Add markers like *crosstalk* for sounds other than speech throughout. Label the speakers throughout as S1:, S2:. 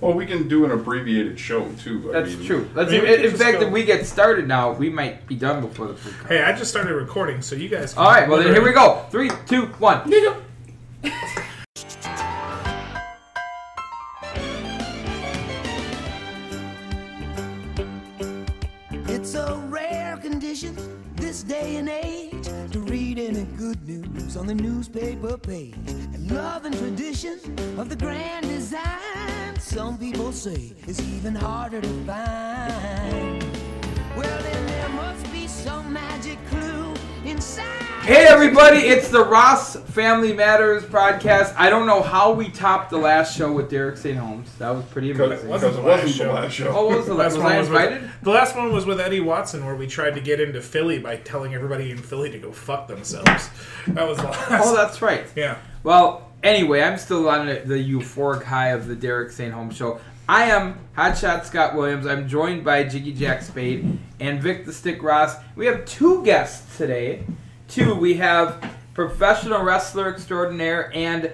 S1: Well, we can do an abbreviated show too. I
S2: That's
S1: mean,
S2: true. Let's,
S3: mean, we
S2: in
S3: could
S2: in
S3: just
S2: fact,
S3: go-
S2: if we get started now, we might be done before the food comes.
S3: Hey, I just started recording, so you guys. Can
S2: All right, well then here we go. Three, two, one.
S4: It's a rare condition this day and age to read any good news on the newspaper page. And love and tradition of the grand design, some people say, is even harder to find. Well, then there must be some magic clue inside.
S2: Hey everybody, it's the Ross Family Matters podcast. I don't know how we topped the last show with Derek St. Holmes. That was pretty
S1: Because it
S2: amazing.
S1: wasn't the last show.
S2: Oh, what
S3: *laughs*
S2: was the last? Was I invited?
S3: With, the last one was with Eddie Watson, where we tried to get into Philly by telling everybody in Philly to go fuck themselves. That was
S2: *laughs*
S3: the last.
S2: Oh, that's right.
S3: yeah.
S2: Well, anyway, I'm still on the the euphoric high of the Derek St. Holmes show. I am Hotshot Scott Williams. I'm joined by Jiggy Jack Spade and Vic the Stick Ross. We have two guests today. Two. We have professional wrestler extraordinaire and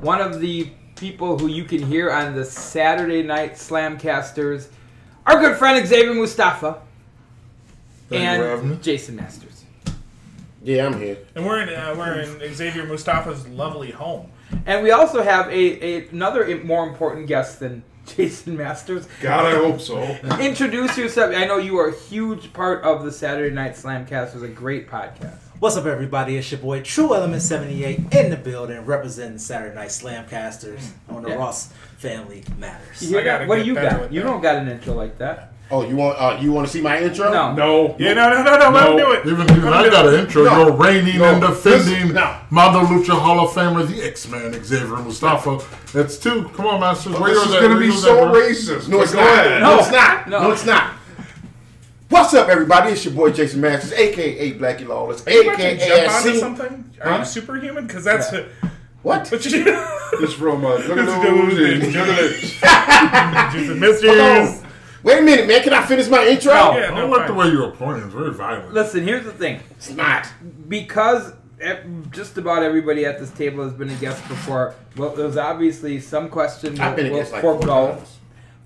S2: one of the people who you can hear on the Saturday Night Slamcasters, our good friend Xavier Mustafa
S1: Thank you for having me.
S2: and Jason Masters.
S5: Yeah, I'm here.
S3: And we're in uh, we're in Xavier Mustafa's lovely home.
S2: And we also have a, a another im- more important guest than *laughs* Jason Masters.
S1: God, I hope *laughs* so.
S2: Introduce yourself. I know you are a huge part of the Saturday Night Slamcast. It was a great podcast.
S6: What's up, everybody? It's your boy True Element 78 in the building, representing Saturday Night Slamcasters on the
S2: Yeah.
S6: Ross Family Matters.
S2: You hear
S3: I gotta
S2: that? What do
S3: get
S2: you
S3: better
S2: got?
S3: with
S2: You
S3: that.
S2: don't got an intro like that.
S5: Oh, you want uh, you want to see my intro?
S2: No.
S1: No.
S3: Yeah, no, no, no, no, let him do it.
S7: Even, even I got an intro.
S5: No.
S7: You're reigning
S5: No.
S7: and defending
S5: Listen, no.
S7: Mother Lucha Hall of Famer, the X Man Xavier Mustafa. That's two. Come on, Masters. Where
S1: This
S7: yours
S1: is
S7: at?
S1: going to
S7: Where
S1: be
S7: yours
S1: so
S7: at, bro?
S1: racist.
S5: No,
S1: but
S5: it's
S1: go
S5: not.
S1: ahead.
S5: No, it's not.
S2: No.
S5: No. it's not. What's up, everybody? It's your boy Jason Masters, aka Blackie Lawless,
S3: Are you about to
S5: aka
S3: jump onto
S5: SC.
S3: something? Are you superhuman? Because that's
S2: Yeah.
S5: What?
S3: *laughs* what you do.
S1: It's from uh,
S3: Duluth.
S1: Duluth. *laughs* Duluth.
S3: Just the mysteries.
S5: Oh, Wait a minute, man. Can I finish my intro?
S2: No.
S3: Yeah,
S7: I
S3: no,
S7: don't like the
S3: fine.
S7: way you're pointing. It's very violent.
S2: Listen, here's the thing.
S5: It's not.
S2: Because ev- just about everybody at this table has been a guest before. Well, there's obviously some questions
S5: I've been
S2: we'll
S5: against like four
S2: forego.
S5: times.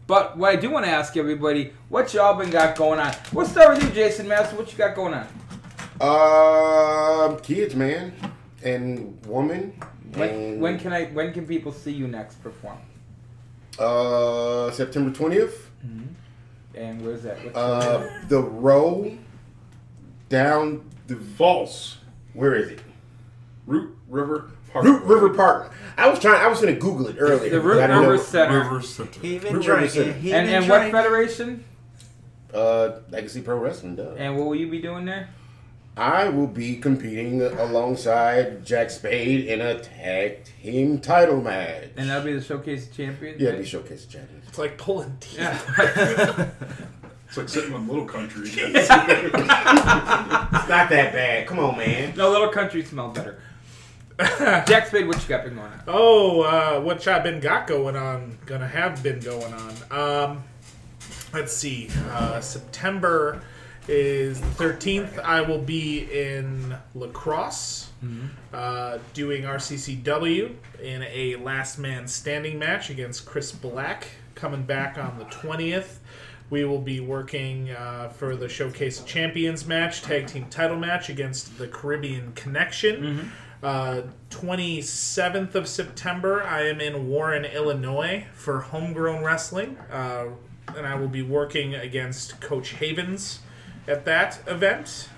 S2: But what I do want to ask everybody, what y'all been got going on? We'll start with you, Jason Master. What you got going on?
S5: Um, kids, man, and woman.
S2: When,
S5: and,
S2: when can I? When can people see you next perform?
S5: uh September twentieth?
S2: And where's that? What's
S5: Uh, the row down the
S1: False.
S5: where is it?
S1: Root River Park.
S5: Root River Park. I was trying. I was gonna Google it earlier.
S2: The
S5: but
S2: Root
S5: I didn't know-
S2: River Center.
S7: River Center.
S6: He been
S5: River
S6: drinking.
S5: City.
S6: He
S2: and
S6: been
S2: and what
S6: drinking.
S2: federation?
S5: Uh, Legacy Pro Wrestling does.
S2: And what will you be doing there?
S5: I will be competing alongside Jack Spade in a tag team title match.
S2: And that'll be the showcase champion.
S5: yeah, be showcase champions.
S3: It's like pulling teeth.
S1: It's like sitting in Little
S5: *laughs*
S1: Country.
S5: It's not that bad. Come on, man.
S2: No, little country smell better. Jack Spade, what you got been going on?
S3: Oh, uh, what y'all been got going on? Gonna have been going on. Um, let's see. Uh, September is the thirteenth. I will be in lacrosse, uh, doing RCCW in a last man standing match against Chris Black. Coming back on the twentieth. We will be working uh, for the Showcase of Champions match, tag team title match against the Caribbean Connection. Uh, 27th of September, I am in Warren, Illinois for homegrown wrestling, uh, and I will be working against Coach Havens at that event.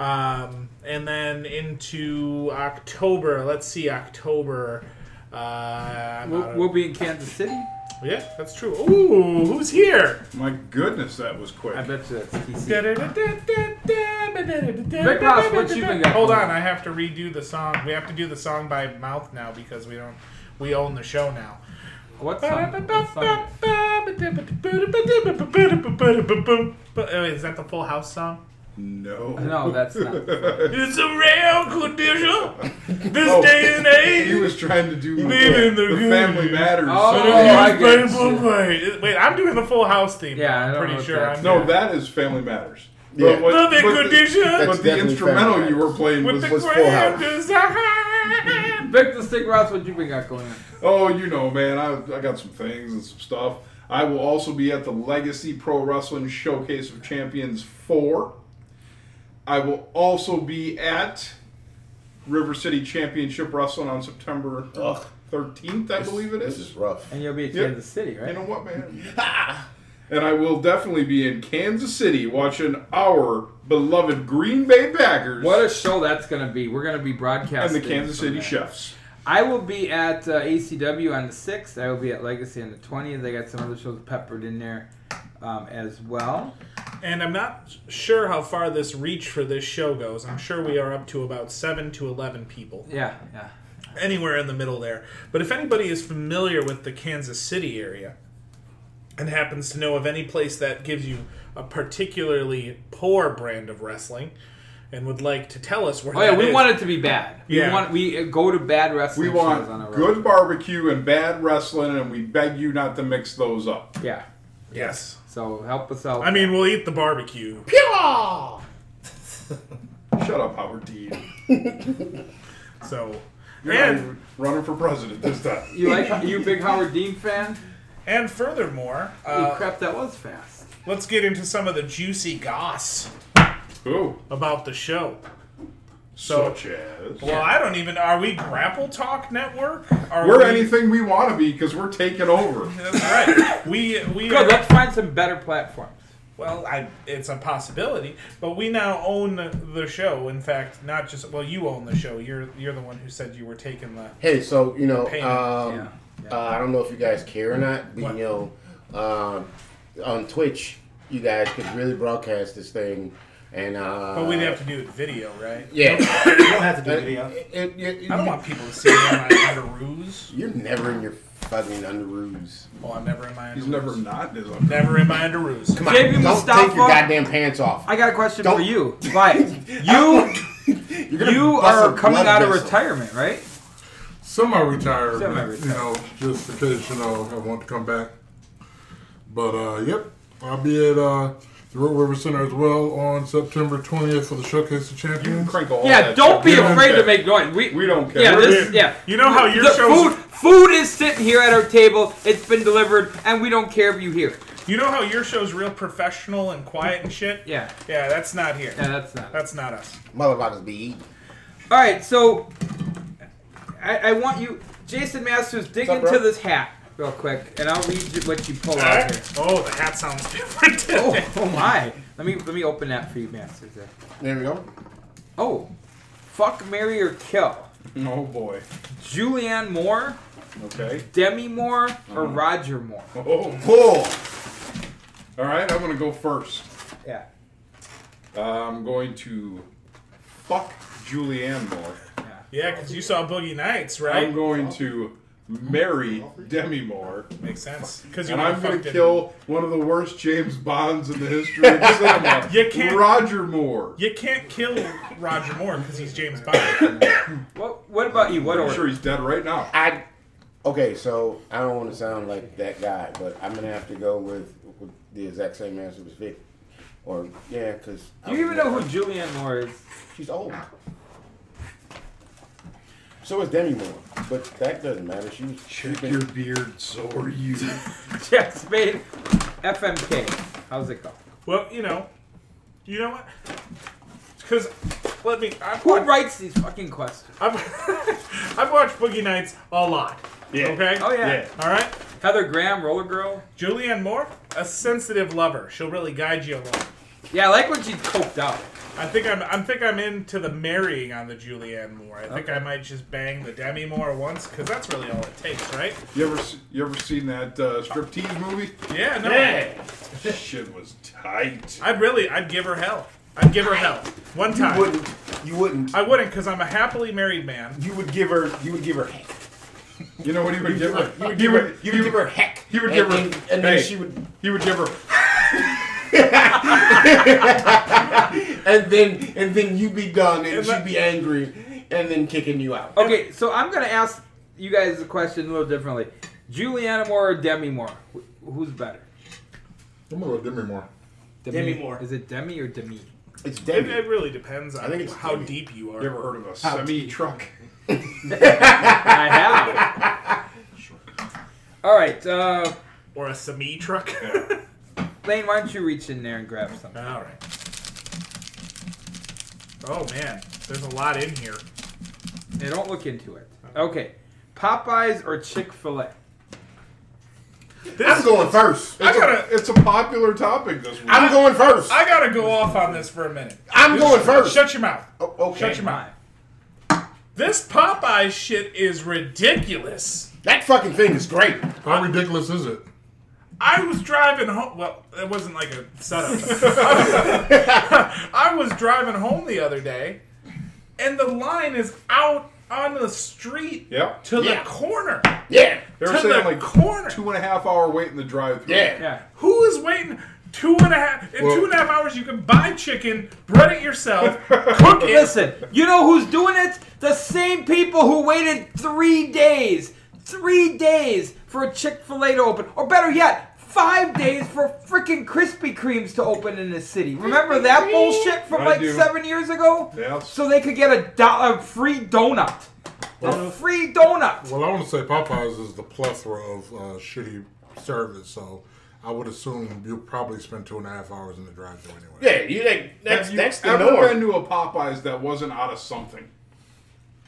S3: Um, and then into October, let's see, October. Uh, I'm out
S2: We'll,
S3: of-
S2: we'll be in Kansas City.
S3: yeah, that's true. Ooh, who's here?
S1: My goodness, that was quick.
S2: I bet you that's TC.
S3: Rick
S2: Ross, what you been got?
S3: Hold on, I have to redo the song. We have to do the song by mouth now because we don't. We own the show now.
S2: What song? What song?
S3: Oh, Is that the Full House song?
S1: No.
S2: No, that's
S1: *laughs*
S2: not.
S3: It's a real condition. This
S1: Oh.
S3: day and
S1: He
S3: age.
S1: was trying to do the,
S3: Leaving the
S1: the Family
S3: good.
S1: Matters.
S2: Oh,
S1: song.
S2: I
S3: But
S2: get
S3: if you play, play, play. Wait, I'm doing the Full House theme.
S2: Yeah, I don't
S3: I'm
S2: know
S3: pretty
S2: what
S3: sure.
S2: that-
S3: I'm
S1: no,
S3: doing-
S1: that is Family Matters.
S5: Yeah.
S1: what-
S3: Love in
S1: but the-
S3: condition.
S1: But
S5: That's
S1: the
S5: definitely
S1: instrumental
S5: Fahrenheit.
S1: you were playing
S3: With
S1: was,
S3: the
S5: was Full
S3: grand
S5: House.
S3: design.
S2: Victor Stick Ross, what you been got going on?
S1: oh, you know, man, I, I got some things and some stuff. I will also be at the Legacy Pro Wrestling Showcase of Champions 4. I will also be at River City Championship Wrestling on September 13th, I believe it
S5: This
S1: is.
S5: is rough.
S2: And you'll be at
S1: Yep.
S2: Kansas City, right?
S1: You know what, man? and I will definitely be in Kansas City watching our beloved Green Bay Packers
S2: what a show that's going to be. We're going to be
S1: and
S2: broadcasting.
S1: the Kansas
S2: from
S1: City
S2: that.
S1: Chefs.
S2: I will be at uh, ACW on the 6th. I will be at Legacy on the 20th. I got some other shows peppered in there um, as well.
S3: And I'm not sure how far this reach for this show goes. I'm sure we are up to about 7 to 11 people.
S2: Yeah, yeah.
S3: anywhere in the middle there. But if anybody is familiar with the Kansas City area and happens to know of any place that gives you a particularly poor brand of wrestling and would like to tell us where
S2: Oh, yeah,
S3: that
S2: we
S3: is-
S2: want it to be bad. We,
S3: Yeah.
S2: want, we uh, go to bad
S1: We
S2: wrestling shows on a
S1: want
S2: road.
S1: good barbecue and bad wrestling, and we beg you not to mix those up.
S2: Yeah,
S3: Yes.
S2: so help us out.
S3: I mean, we'll eat the barbecue.
S1: Shut up, Howard
S2: *laughs*
S1: Dean.
S3: So
S1: You're not
S3: and
S1: even running for president this time.
S2: you like you a big Howard Dean fan?
S3: and furthermore,
S2: Holy
S3: uh,
S2: crap, that was fast.
S3: let's get into some of the juicy goss
S1: Ooh, oh,
S3: about the show. So
S1: such as.
S3: well, I don't even. Are we Grapple Talk Network? Are
S1: We're
S3: we,
S1: anything we want to be because we're taking over.
S3: That's right. We we
S2: Good,
S3: are
S2: let's find some better platforms.
S3: Well, I, it's a possibility, but we now own the show. In fact, not just well, you own the show. You're you're the one who said you were taking the.
S5: Hey, so you know,
S3: Pain.
S5: um,
S2: Yeah.
S5: Uh, I don't know if you guys care or not, but
S3: What?
S5: you know, um, on Twitch, you guys could really broadcast this thing, and uh,
S3: But we'd have to do it video, right?
S5: yeah,
S6: You don't have to do video.
S5: It- it- it-
S3: I don't want people to see me in my underoos.
S5: You're never in your fucking underoos.
S3: Oh, I'm never in my. Underoos.
S1: He's never not this
S3: Never in my underoos.
S5: Come on,
S2: Jamie
S5: don't
S2: Mustafa.
S5: take your goddamn pants off.
S2: I got a question
S5: Don't-
S2: for *laughs* you. Wyatt. you
S5: You're gonna
S2: you
S5: bust
S2: are
S5: a
S2: coming
S5: blood
S2: out of
S5: vessel.
S2: retirement, right?
S7: Semi-retired,
S2: Semi-retired.
S7: you know, just in case you know I want to come back. But uh, yep, I'll be at uh, the Road River Center as well on September 20th for the Showcase of
S1: You
S7: Champions.
S1: crinkle all
S2: Yeah,
S1: that
S2: don't
S1: shit.
S2: be
S1: We
S2: afraid
S1: care.
S2: to make noise. We,
S1: We don't care.
S2: Yeah,
S1: We're
S2: this,
S1: in.
S2: yeah.
S3: You know how your
S2: the food
S3: shows-
S2: food is sitting here at our table. It's been delivered, and we don't care if you hear. it.
S3: You know how your show's real professional and quiet and shit.
S2: Yeah,
S3: Yeah, that's not here.
S2: yeah, that's not.
S3: That's not us.
S5: Motherfuckers be eating.
S2: All right, so I, I want you, Jason Masters, dig
S5: What's up,
S2: into
S5: bro?
S2: this hat real quick, and I'll read you what you pull
S3: All
S2: out here.
S3: right. Oh, the hat sounds *laughs* different.
S2: Oh,
S3: Today.
S2: oh my! Let me let me open that for you, Masters. There.
S5: There we go.
S2: Oh, fuck, marry or kill:
S1: Oh boy.
S2: Julianne Moore,
S1: Okay.
S2: Demi Moore, or Roger Moore.
S1: Oh.
S5: Pull.
S1: All right, I'm gonna go first.
S2: Yeah.
S1: Uh, I'm going to fuck Julianne Moore.
S3: Yeah, because you saw Boogie Nights,
S1: I'm
S3: right?
S1: going to marry Demi Moore,
S3: Makes sense. Because you
S1: and
S3: wanna
S1: I'm going
S3: fuck
S1: to
S3: it.
S1: kill one of the worst James Bonds in the history of
S3: *laughs*
S1: cinema.
S3: You can't-
S1: Roger Moore.
S3: You can't kill Roger Moore because he's James Bond.
S2: What What about you? What
S1: I'm
S2: order?
S1: sure he's dead right now.
S3: Ah,
S5: I okay, so I don't want to sound like that guy, but I'm gonna have to go with, with the exact same answer as Vic. Or yeah, because
S2: Do you even know who Julianne Moore is?
S5: she's old. So is Demi Moore, but that doesn't matter. She was
S1: Check your beard, so are you.
S2: Jack Spade, FMK. How's it go?
S3: well, you know, you know what? Because let me. I've
S2: Who
S3: watched,
S2: writes these fucking questions?
S3: I've, *laughs* I've watched Boogie Nights a lot.
S1: Yeah.
S3: Okay.
S2: Oh yeah.
S1: Yeah.
S3: All right.
S2: Heather Graham, Roller Girl.
S3: Julianne Moore, a sensitive lover. She'll really guide you along.
S2: Yeah, I like when she's coked out.
S3: I think I'm. I think I'm into the marrying on the Julianne Moore. I think I might just bang the Demi Moore once because that's really all it takes, right?
S1: You ever s- you ever seen that uh, striptease movie?
S3: Yeah. No.
S1: Shit was tight.
S3: I'd really. I'd give her hell. I'd give her hell one time.
S5: You wouldn't. You wouldn't.
S3: I wouldn't because I'm a happily married man.
S5: You would give her. You would give her. Heck.
S1: You know what he would give her?
S5: You would give her. You would give her heck.
S1: He would
S5: And-
S1: give her.
S5: and, and then
S1: hey,
S5: she would.
S1: He would give her.
S5: And then and then you'd be done, and,
S3: And
S5: she'd
S3: that-
S5: be angry, and then kicking you out.
S2: Okay, so I'm gonna ask you guys a question a little differently. Juliana Moore or Demi Moore? Wh- Who's better?
S7: I'm gonna go Demi Moore.
S6: Demi Moore.
S2: Is it Demi or Demi?
S5: It's
S3: It,
S5: Demi.
S3: it really depends on
S5: think it's
S3: how
S5: Demi.
S3: deep you are.
S1: You ever heard of a semi truck? *laughs*
S2: I have.
S6: *laughs*
S2: All right, uh,
S3: or a semi truck.
S2: Lane, why don't you reach in there and grab something?
S3: *laughs* All right. Oh man, there's a lot in here.
S2: And don't look into it. Okay, Popeyes or Chick Fil A?
S3: This,
S5: I'm going first.
S3: I
S1: It's,
S3: gotta-
S1: a, it's a popular topic this week.
S5: I'm going first.
S3: I gotta go off on this for a minute.
S5: I'm going first.
S3: Shut your mouth.
S5: Oh, okay.
S3: Shut your mouth. This Popeye shit is ridiculous.
S5: That fucking thing is great.
S7: How ridiculous is it?
S3: I was driving home. Well, it wasn't like a setup. *laughs* I was driving home the other day, and the line is out on the street
S1: Yep.
S3: to
S5: Yeah.
S3: the corner.
S5: Yeah.
S1: They're
S3: to
S1: saying
S3: the
S1: like
S3: corner.
S1: two and a half hour wait in the drive thru.
S5: Yeah.
S2: Yeah.
S3: Who is waiting two and a half in
S7: Well-
S3: two and a half hours? You can buy chicken, bread it yourself, cook it.
S2: Listen, you know who's doing it? The same people who waited three days, three days for a Chick Fil A to open, or better yet, five days for freaking Krispy Kremes to open in the city. Remember that bullshit from
S1: I
S2: like
S1: do.
S2: seven years ago?
S1: Yeah.
S2: So they could get a dollar a free donut, a free donut.
S7: Well, I want to say Popeyes is the plethora of uh, shitty service, so I would assume you probably spend two and a half hours in the drive-thru anyway.
S5: Yeah. You like that's
S1: Have *laughs* you
S5: that's the
S1: ever been to
S5: norm.
S1: a Popeyes that wasn't out of something?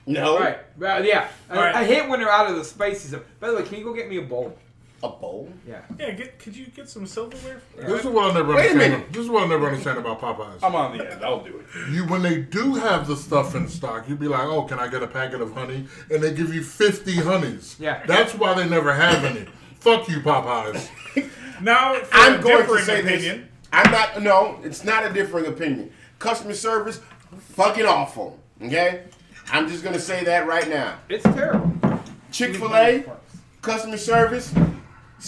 S5: No.
S2: All right, well, yeah. I,
S3: right.
S2: I hate when they're out of the spicy stuff. By the way, can you go get me a bowl?
S5: A bowl.
S2: Yeah.
S3: Yeah, get, could you get some silverware?
S7: This is what I never
S5: Wait a
S7: understand.
S5: minute.
S7: This is what I never understand about Popeyes.
S1: I'm on the end. I'll do it.
S7: You when they do have the stuff in stock, you'd be like, "Oh, can I get a packet of honey?" And they give you fifty honeys.
S2: Yeah.
S7: that's why they never have any. Fuck you, Popeyes.
S3: Now for
S5: I'm
S3: a
S5: going to
S3: differing
S5: say
S3: opinion.
S5: this. I'm not. No, it's not a differing opinion. Customer service, fucking awful. Okay. I'm just gonna say that right now.
S2: It's terrible.
S5: Chick Fil A, customer service,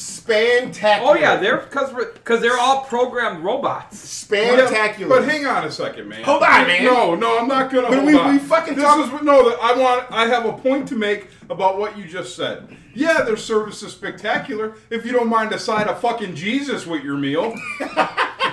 S5: spantacular.
S2: Oh yeah, they're because they're all programmed robots.
S5: spantacular.
S1: But hang on a second, man.
S5: Hold on, man.
S1: No, no, I'm not gonna.
S5: But
S1: hold
S5: we-
S1: on.
S5: we fucking
S1: This
S5: talk-
S1: is what- no. That I want. I have a point to make about what you just said. Yeah, their service is spectacular. If you don't mind a side of fucking Jesus with your meal,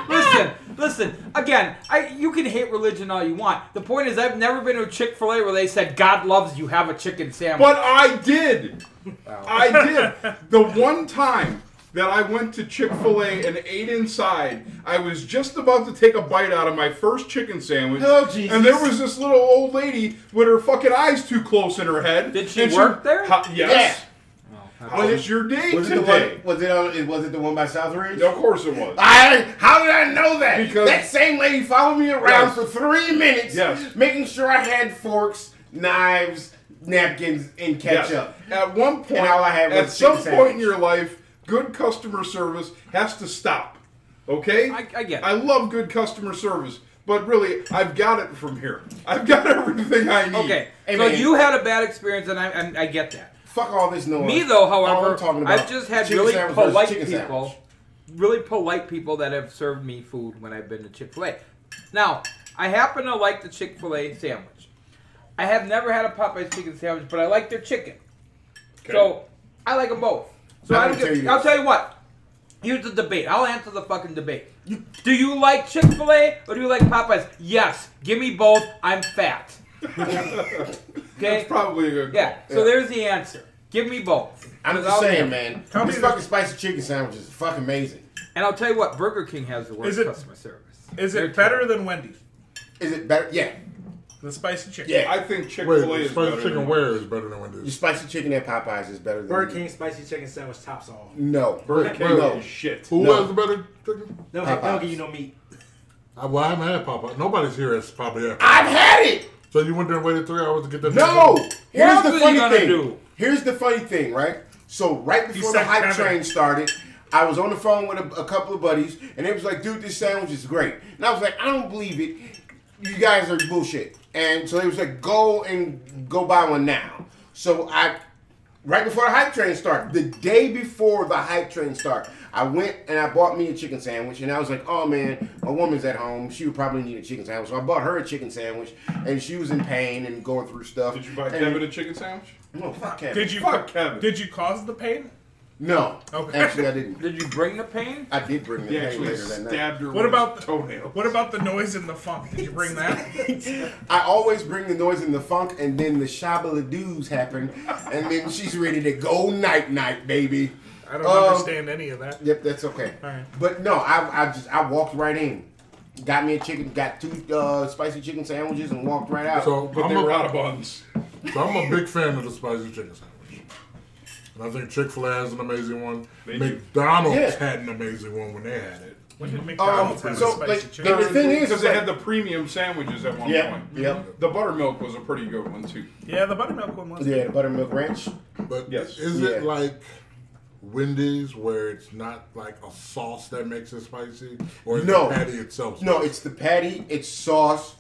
S2: Listen, listen. Again, I you can hate religion all you want. The point is, I've never been to a Chick Fil A where they said God loves you. Have a chicken sandwich.
S1: but I did. I did. The one time that I went to Chick Fil A and ate inside, I was just about to take a bite out of my first chicken sandwich,
S5: Oh, Jesus.
S1: and there was this little old lady with her fucking eyes too close in her head.
S2: Did she
S1: and
S2: work there?
S1: Ha- yes.
S2: How
S1: Was it your day
S5: Was it the
S1: today?
S5: one? Was it? On, was it the one by Southridge?
S1: Of course it was.
S5: I, how did I know that?
S1: Because-
S5: that same lady followed me around
S1: Yes.
S5: for three minutes,
S1: Yes.
S5: making sure I had forks, knives, napkins, and
S1: Yes.
S5: ketchup.
S1: At one point,
S5: all I had was
S1: at some
S5: chicken
S1: point in
S5: sandwich.
S1: your life, good customer service has to stop. Okay?
S2: I- I get it.
S1: I love good customer service, but really, I've got it from here. I've got *laughs* everything I need.
S2: Okay,
S5: Hey,
S2: so
S5: man.
S2: you had a bad experience, and I, I, I get that.
S5: Fuck all this noise.
S2: Me though,
S5: All
S2: however,
S5: I'm talking about
S2: I've just had
S5: chicken
S2: really
S5: sandwich versus
S2: polite
S5: chicken
S2: people,
S5: sandwich.
S2: really polite people that have served me food when I've been to Chick Fil A. Now, I happen to like the Chick Fil A sandwich. I have never had a Popeyes chicken sandwich, but I like their chicken. So I like them both. So
S5: I'm
S2: I
S5: gonna
S2: don't
S5: tell
S2: get,
S5: you
S2: I'll
S5: this.
S2: tell you what. Here's the debate. I'll answer the fucking debate. Do you like Chick Fil A or do you like Popeyes? Yes. Give me both. I'm
S5: *laughs*
S2: fat. okay.
S1: That's probably a good call.
S2: Yeah. So there's the answer. Give me both.
S5: I'm
S2: I'll-
S5: just saying, man.
S3: me
S5: This
S3: this-
S5: fucking spicy chicken sandwich is fucking amazing.
S2: And I'll tell you what, Burger King has the worst
S3: Is it-
S2: customer service.
S3: Is
S2: They're
S3: it better than Wendy's?
S5: Is it better? Yeah,
S3: The spicy chicken.
S5: yeah.
S1: I think Chick
S7: Wait,
S1: Fil A is
S7: spicy
S1: better.
S7: chicken
S1: than-
S7: where is better than
S5: Your
S7: Wendy's?
S5: spicy chicken at Popeyes is better than
S6: Burger King spicy chicken sandwich tops all.
S5: No,
S7: Burger King
S5: no.
S1: is shit.
S7: Who
S5: No.
S7: has the better chicken?
S6: They'll, have, they'll
S5: Popeyes.
S6: give you no meat.
S7: I, well, I haven't had Popeyes. Nobody's here has Popeyes.
S5: I've had it.
S7: So you went there and waited three hours to get that?
S5: No.
S7: chicken?
S5: Here's
S2: else
S5: the
S2: are you
S5: funny
S2: gonna
S5: thing.
S2: do?
S5: Here's the funny thing, right? So right before the
S3: said
S5: hype
S3: Kevin.
S5: train started, I was on the phone with a, a couple of buddies, and they was like, "Dude, this sandwich is great." And I was like, "I don't believe it. You guys are bullshit." And so they was like, "Go and go buy one now." So I, right before the hype train started, the day before the hype train started, I went and I bought me a chicken sandwich, and I was like, "Oh man, my woman's at home. She would probably need a chicken sandwich." So I bought her a chicken sandwich, and she was in pain and going through stuff.
S1: Did you buy
S5: And-
S1: Kevin a chicken sandwich?
S5: no, fuck Kevin.
S3: Did you
S1: Fuck Kevin.
S3: Did you cause the pain?
S5: No.
S3: Okay.
S5: Actually, I didn't.
S2: Did you bring the pain?
S5: I did
S1: *laughs*
S5: bring the
S1: He
S5: pain
S1: actually
S5: later that night.
S1: stabbed her with
S3: What about-
S1: his toenail.
S3: What about the noise and the funk? Did you bring that?
S5: *laughs* I always bring the noise and the funk, and then the shabaladoos happen, and then she's ready to go night night, baby.
S3: I don't
S5: Um,
S3: understand any of that.
S5: Yep, that's okay.
S3: Alright.
S5: But no, I, I just I walked right in, got me a chicken, got two uh, spicy chicken sandwiches, and walked right out. Um,
S7: So,
S1: But
S7: I'm
S1: they
S7: a-
S1: were out of buns.
S7: So I'm a big fan of the spicy chicken sandwich. And I think Chick fil A has an amazing one.
S1: They do.
S7: McDonald's
S5: Yeah.
S7: had an amazing one when they had it.
S3: When did McDonald's have
S5: um, so,
S3: a spicy
S5: like,
S3: chicken?
S5: the thing is,
S1: Because
S5: is
S1: they
S5: like-
S1: had the premium sandwiches at one
S5: yeah,
S1: point.
S5: yeah,
S1: The buttermilk was a pretty good one too.
S3: yeah, the buttermilk one was.
S5: yeah, the buttermilk ranch.
S7: But
S1: Yes.
S7: is it
S5: Yeah.
S7: like Wendy's where it's not like a sauce that makes it spicy? Or is
S5: No.
S7: the patty itself
S5: No, it's the patty, it's sauce,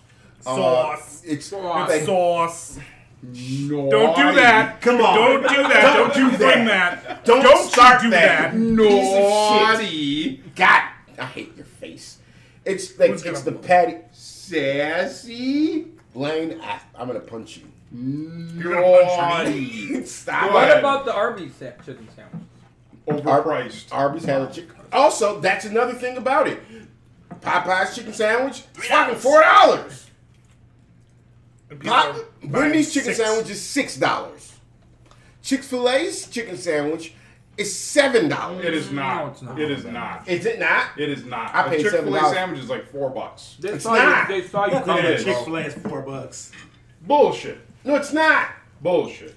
S5: uh,
S3: Sauce.
S5: it's
S2: Sauce.
S5: like-
S3: Sauce.
S1: No,
S3: Don't do that.
S5: Come on.
S3: Don't do that. Don't, you bring that.
S5: Don't
S3: you
S5: start
S3: do that.
S5: that. Piece of
S1: Naughty,
S5: God, I hate your face. It's like
S3: Who's gonna
S5: it's the
S3: blow?
S5: patty, sassy. Blaine, I, I'm gonna punch you.
S1: naughty,
S5: Stop.
S1: Go
S2: What
S1: ahead.
S2: about the Arby's sa- chicken sandwich?
S1: overpriced.
S5: Arby's had a chicken. Also, that's another thing about it. Popeye's chicken sandwich, it's fucking four dollars.
S3: And people
S5: Pop-
S3: are
S5: Wendy's
S3: buying
S5: chicken
S3: six.
S5: sandwich is six dollars. Chick Fil A's chicken sandwich is seven
S1: It
S5: dollars.
S1: is not.
S2: No, it's not.
S1: It is not.
S5: Is it not?
S1: It is not.
S5: I paid
S1: a Chick-fil-A
S5: $7.
S1: sandwich is like four bucks.
S2: They
S5: It's
S2: saw
S5: not.
S2: you. They saw you
S1: It
S2: coming,
S1: is.
S6: Chick
S2: bro.
S6: Fil A is four bucks.
S1: Bullshit.
S5: No, it's not.
S1: Bullshit.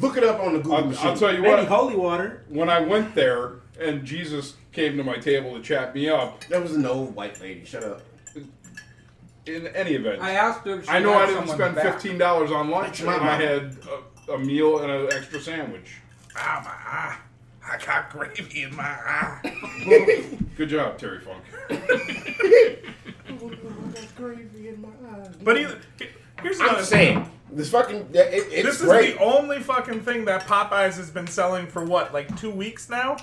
S5: Look it up on the Google
S1: I'll,
S5: machine.
S1: I'll tell you
S6: Maybe
S1: what.
S6: holy water.
S1: When I went there and Jesus came to my table to chat me up,
S5: That was an old white lady. Shut up.
S1: in any event,
S2: I asked her. If she
S1: I know
S2: got
S1: I didn't
S2: someone
S1: spend
S2: back.
S1: fifteen dollars on lunch.
S5: My
S1: and I
S5: mom.
S1: had a, a meal and an extra sandwich.
S3: Ah, my eye. I got gravy in my eye.
S1: Good job, Terry
S3: *laughs*
S1: Funk.
S3: But either, here's another
S5: I'm saying this fucking. yeah, It, it's
S3: This is
S5: great.
S3: the only fucking thing that Popeyes has been selling for what, like two weeks now?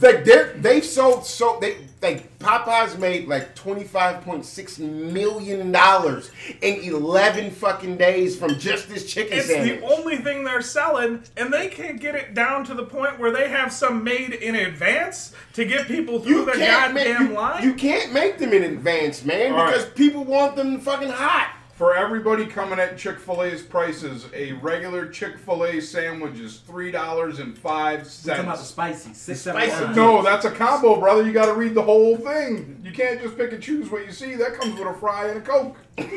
S5: Like they they've sold so they like Popeyes made like twenty five point six million dollars in eleven fucking days from just this chicken
S3: It's
S5: sandwich.
S3: the only thing they're selling, and they can't get it down to the point where they have some made in advance to get people through
S5: you
S3: their
S5: can't make
S3: goddamn
S5: you,
S3: line.
S5: you can't make them in advance, man,
S1: All
S5: because
S1: right.
S5: people want them fucking hot.
S1: For everybody coming at Chick Fil A's prices, a regular Chick Fil A sandwich is three dollars and five
S6: We're talking about the
S1: cents.
S6: spicy. Six,
S5: spicy-
S6: seven, nine.
S1: No, that's a combo, brother. You got to read the whole thing. You can't just pick and choose what you see. That comes with a fry and a coke.
S2: And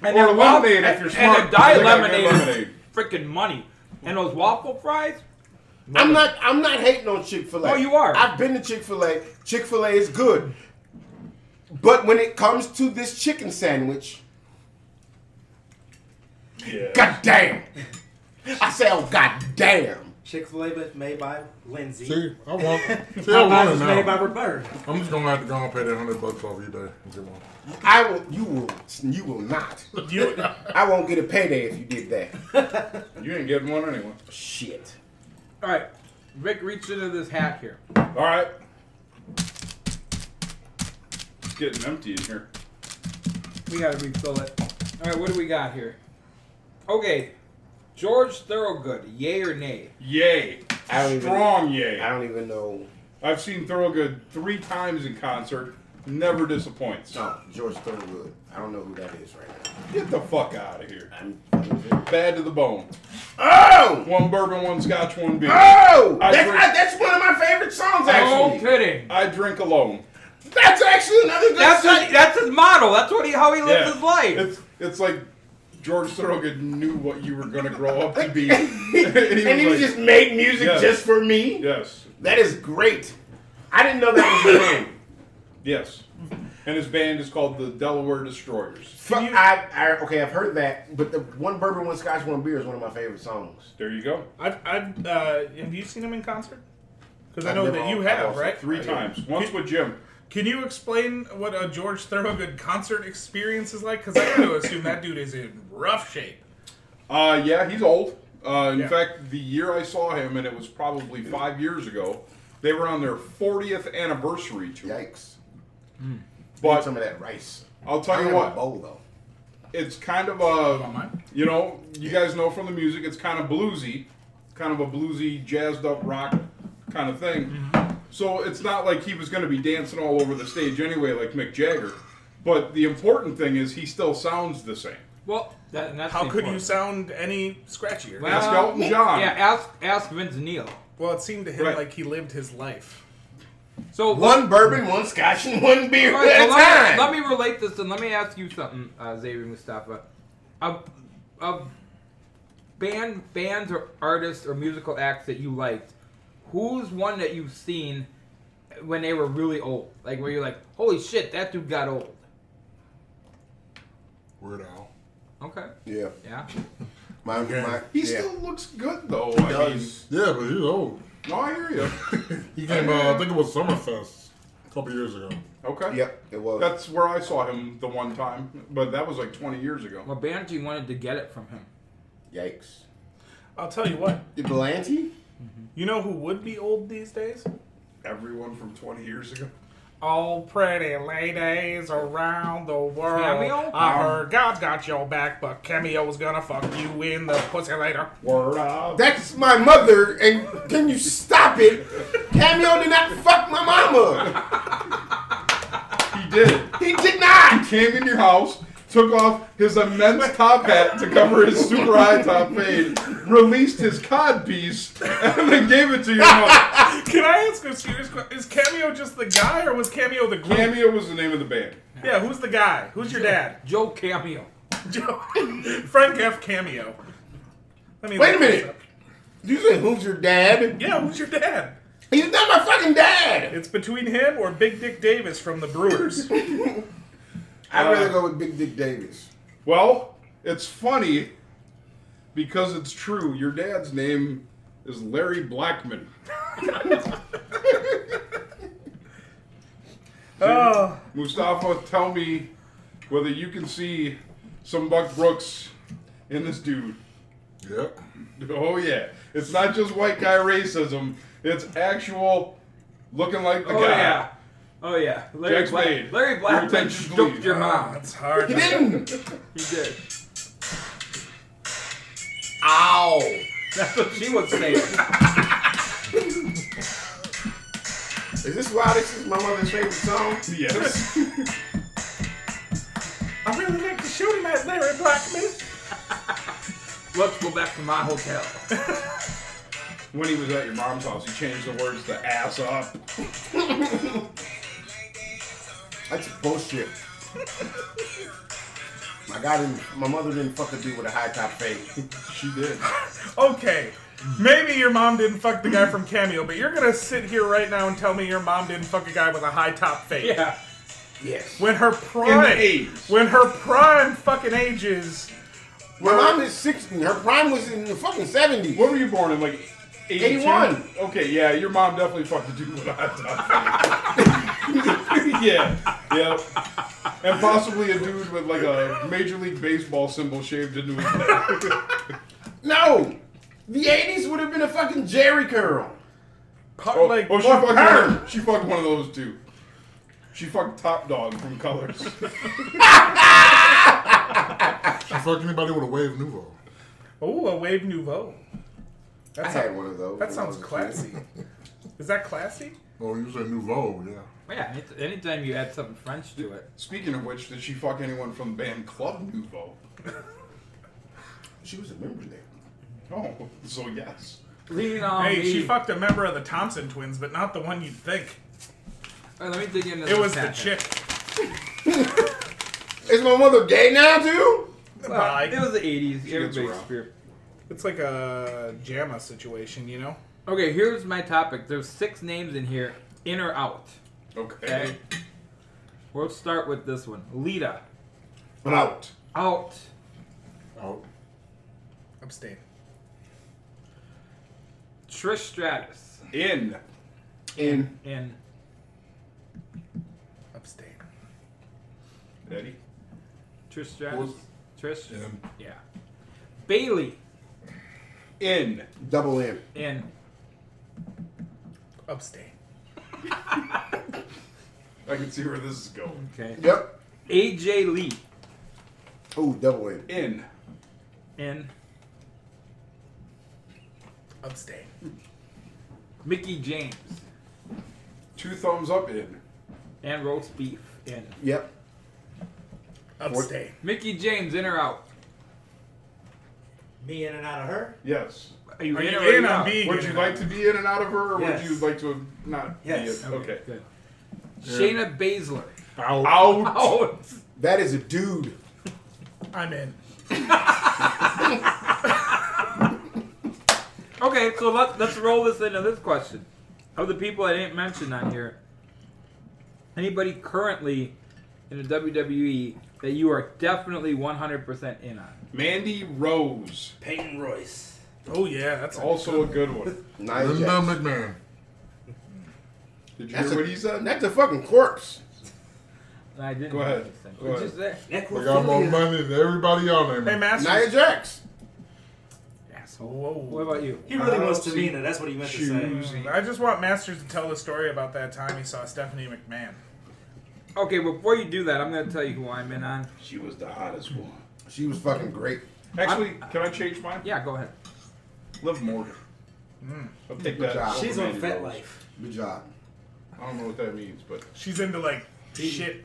S1: Or
S2: then
S1: lemonade
S2: wa-
S1: if you're
S2: and-
S1: smart.
S2: And a diet
S1: They got good
S2: lemonade,
S1: lemonade.
S2: is freaking money. And those waffle fries?
S5: I'm not I'm not hating on Chick Fil A.
S2: Oh, you are.
S5: I've been to Chick Fil A. Chick Fil A is good, but when it comes to this chicken sandwich,
S1: Yeah.
S5: god damn! I say, oh god damn!
S6: Chick Fil A was made by Lindsay.
S7: See, I want, see, I
S6: Popeyes
S7: want it
S6: was made by
S7: now.
S6: Roberta.
S7: I'm just gonna have to go and pay that hundred bucks off each day. and get one.
S5: I will. You will. You will not.
S3: You-
S5: I won't get a payday if you did that.
S1: You ain't getting one anyway.
S5: Shit.
S2: All right. Rick reached into this hat here.
S1: All right. It's getting empty in here.
S2: We got to refill it. All right, what do we got here? Okay. George Thorogood, yay or nay?
S1: Yay.
S5: I don't even-
S1: Strong yay.
S5: I don't even know.
S1: I've seen Thorogood three times in concert. Never disappoints.
S5: No, George Thorogood. I don't know who that is right now.
S1: Get the fuck out of here.
S5: I'm
S1: Bad to the bone.
S5: oh,
S1: One bourbon, one scotch, one beer.
S5: oh!
S1: I
S5: That's,
S1: agree. Oh,
S5: I- that's one of my favorite songs. Actually,
S2: kidding.
S1: I drink alone.
S5: that's actually another good.
S2: That's
S5: song.
S2: his, that's his model. That's what he how he lives his life.
S1: It's it's like George Thorogood knew what you were gonna grow up to
S5: *laughs*
S1: be. and he,
S5: and
S1: was
S5: he
S1: like,
S5: just made music
S1: Yes.
S5: just for me.
S1: Yes.
S5: That is great. I didn't know that was the *laughs* name.
S1: Yes. And his band is called the Delaware Destroyers.
S5: Fuck, I, I okay, I've heard that, but the one bourbon, one scotch, one beer is one of my favorite songs.
S1: There you go.
S3: *laughs* I've, I've, uh, have you seen him in concert? Because I
S5: I've
S3: know
S5: never-
S3: that you
S5: I've
S3: have,
S5: also-
S3: right?
S1: Three times. Once with Jim.
S3: Can you explain what a George Thorogood concert experience is like? Because I gotta *coughs* assume that dude is in rough shape.
S1: Uh, yeah, he's old. Uh, in
S3: Yeah.
S1: fact, the year I saw him, and it was probably five years ago, they were on their 40th anniversary tour.
S5: Yikes! Need
S1: But
S5: some of that rice.
S1: I'll tell Oh,
S5: I
S1: you
S5: have a
S1: what,
S5: bowl though.
S1: it's kind of
S3: Am
S1: a,
S3: I?
S1: you know, you guys know from the music, it's kind of bluesy, kind of a bluesy, jazzed up rock kind of thing. So it's not like he was going to be dancing all over the stage anyway, like Mick Jagger. But the important thing is he still sounds the same.
S2: Well, that, and that's
S3: How
S2: the
S3: could you
S2: important.
S3: sound any scratchier?
S2: Well-
S1: Ask Elton John.
S2: Yeah, ask ask Vince Neil.
S3: Well, it seemed to him
S1: Right.
S3: like he lived his life.
S2: So
S5: One bourbon, one scotch, and one beer
S2: All right,
S5: at
S2: so
S5: a
S2: let,
S5: time.
S2: me, let me relate this and let me ask you something, uh, Xavier Mustafa. Of, of band bands or artists or musical acts that you liked, who's one that you've seen when they were really old? Like where you're like, holy shit, that dude got old.
S7: Weird Al.
S2: Okay.
S5: yeah,
S2: Yeah.
S5: my,
S7: Okay.
S5: my,
S1: He
S5: yeah.
S1: still looks good though. I
S5: does.
S7: Yeah, but he's old. *laughs*
S1: mean, no, I
S5: *laughs*
S1: hear you.
S7: He came out, I think it was Summerfest a couple years ago.
S1: Okay.
S5: Yep, it was.
S1: That's where I saw him the one time, but that was like 20 years ago.
S2: Well, Banerjee wanted to get it from him.
S5: Yikes.
S3: I'll tell you what.
S5: Did Belanti?
S3: You know who would be old these days?
S1: Everyone from 20 years ago.
S3: All pretty ladies around the world.
S2: Cameo?
S3: I heard God's got your back, but Cameo's gonna fuck you in the pussy later.
S1: Word up.
S5: That's my mother, and can you stop it? Cameo did not fuck my mama.
S1: He did.
S5: He did not.
S1: Came in your house, took off his immense top hat to cover his super high top fade, released his cod piece, *laughs* and then gave it to your mother.
S3: Can I ask a serious question? Is Cameo just the guy, or was Cameo the group?
S1: Cameo was the name of the band.
S3: yeah, who's the guy? Who's your dad?
S2: Joe Cameo.
S3: Joe- Frank F. Cameo. Let me
S5: Wait a
S3: look this
S5: minute.
S3: up.
S5: You say who's your dad?
S3: Yeah, who's your dad?
S5: He's not my fucking dad.
S3: It's between him or Big Dick Davis from the Brewers. Oh,
S5: I'd rather go with Big Dick Davis.
S1: Well, it's funny because it's true. Your dad's name is Larry
S2: *laughs*
S1: Blackman.
S3: oh,
S1: Mustafa, tell me whether you can see some Buck Brooks in this dude.
S7: Yep.
S1: Oh yeah, it's not just white guy racism. It's actual looking like the
S2: Oh
S1: guy.
S2: yeah. Oh yeah. Larry
S1: Jack
S2: Black.
S1: Spade.
S2: Larry Blackman
S1: Revenge is
S2: duped
S1: bleed.
S3: Uh,
S2: your mom.
S3: that's hard.
S5: He didn't.
S2: He
S3: *laughs*
S2: did.
S5: Ow.
S2: That's what she would say.
S5: Is this why this is my mother's favorite song?
S1: Yes.
S3: I really like the shooting at Larry Blackman.
S2: Let's go back to my
S3: *laughs*
S2: hotel.
S1: when he was at your mom's house, he changed the words to ass up.
S5: That's bullshit. my God, didn't, my mother didn't fuck a dude with a high top *laughs* fade.
S1: She did.
S3: Okay, maybe your mom didn't fuck the guy from Cameo, but you're gonna sit here right now and tell me your mom didn't fuck a guy with a high top fade.
S2: Yeah.
S5: Yes.
S3: When her prime,
S1: eighties.
S3: when her prime fucking age is,
S5: My mom is 16. Her prime was in the fucking 70s.
S1: What were you born in? Like 82?
S5: 81.
S1: Okay, yeah, your mom definitely fucked a dude with a hot dog. *laughs* yeah, yeah, and possibly a dude with like a major league baseball symbol shaved into his neck.
S5: No! The 80s would have been a fucking Jerry curl.
S1: Oh,
S3: like,
S1: oh, she
S5: fuck
S1: fucked
S5: her.
S1: One, she fucked one of those too. She fucked Top Dog from Colors. *laughs*
S7: I fucked anybody with a wave nouveau.
S3: oh, a wave nouveau.
S5: I had one of those.
S3: That sounds classy. Is that classy?
S7: Oh, you said nouveau, yeah.
S2: Yeah, any- anytime you add something French to it.
S1: Speaking of which, did she fuck anyone from the band Club Nouveau?
S5: She was a member there.
S1: Oh, so yes.
S2: Lean
S6: Um,
S2: on
S3: Hey,
S2: me.
S3: she fucked a member of the Thompson twins, but not the one you'd think.
S2: All right, let me dig into
S3: It
S2: this
S3: was the
S2: packet.
S3: chick.
S5: Is my mother gay now, too?
S2: Well,
S3: Bye.
S2: it was the 80s. Everybody's
S1: around.
S2: spirit.
S3: It's like a JAMA situation, you know?
S2: Okay, here's my topic. There's six names in here, in or out.
S1: Okay.
S2: Okay? We'll start with this one. Lita.
S5: I'm out.
S2: Out.
S7: Out.
S3: Abstain.
S2: Trish Stratus.
S1: In.
S5: In.
S2: In.
S3: Abstain.
S1: Eddie.
S2: Trish Stratus.
S7: Was-
S2: Trish?
S7: And
S2: Yeah. Bailey.
S1: In.
S5: Double in.
S2: In.
S3: Abstain.
S1: I can see where this is going.
S2: Okay.
S5: Yep.
S2: AJ Lee.
S5: Ooh, double in.
S1: In.
S2: In.
S3: Abstain.
S2: Mickey James
S1: Two thumbs up in.
S2: and roast beef in.
S5: Yep.
S3: Upstate.
S2: Mickey James in or out?
S6: Me in and out of her?
S1: Yes.
S2: Are you
S3: Are
S2: in
S3: you
S2: or are
S3: in
S2: you
S3: on
S2: out?
S3: B?
S1: Would you like to be in and out of her, or
S6: Yes.
S1: would you like to not
S6: Yes.
S1: be in? Okay.
S2: Good. Shayna Baszler. *laughs* Oh,
S1: Out.
S2: Out.
S5: That is a dude.
S3: I'm in.
S2: Okay, so let, let's roll this into this question. Of the people I didn't mention on here, anybody currently in the WWE that you are definitely 100% in on?
S1: Mandy Rose.
S6: Peyton Royce.
S3: Oh yeah, that's a-
S1: Also a good one.
S5: Nice.
S7: Linda McMahon.
S1: Did you
S5: That's
S1: hear
S5: a,
S1: what he said?
S5: That's a fucking corpse.
S2: And I didn't
S1: Go ahead.
S2: mention.
S1: Go
S2: Just that-
S7: I got more
S6: Necrophilia.
S7: money than everybody on there.
S3: Hey
S7: man.
S3: Masters.
S5: Nia Jax.
S2: Asshole.
S3: Whoa.
S2: What about you?
S6: He really
S1: Uh,
S6: wants to
S1: see,
S6: be in it. That's what he meant to say.
S1: Shoes.
S3: I just want Masters to tell the story about that time he saw Stephanie McMahon.
S2: Okay, before you do that, I'm going to tell you who I'm in on.
S1: She was the hottest one.
S5: She was fucking great.
S1: Actually, can I change mine?
S2: Yeah, go ahead.
S1: Liv Morgan.
S3: Mm.
S1: I'll take
S5: Good
S1: that.
S5: job.
S1: over
S6: She's on
S1: Mandy
S6: Fet
S1: Rose.
S6: Life.
S5: Good job.
S1: I don't know what that means, but
S3: She's into like shit.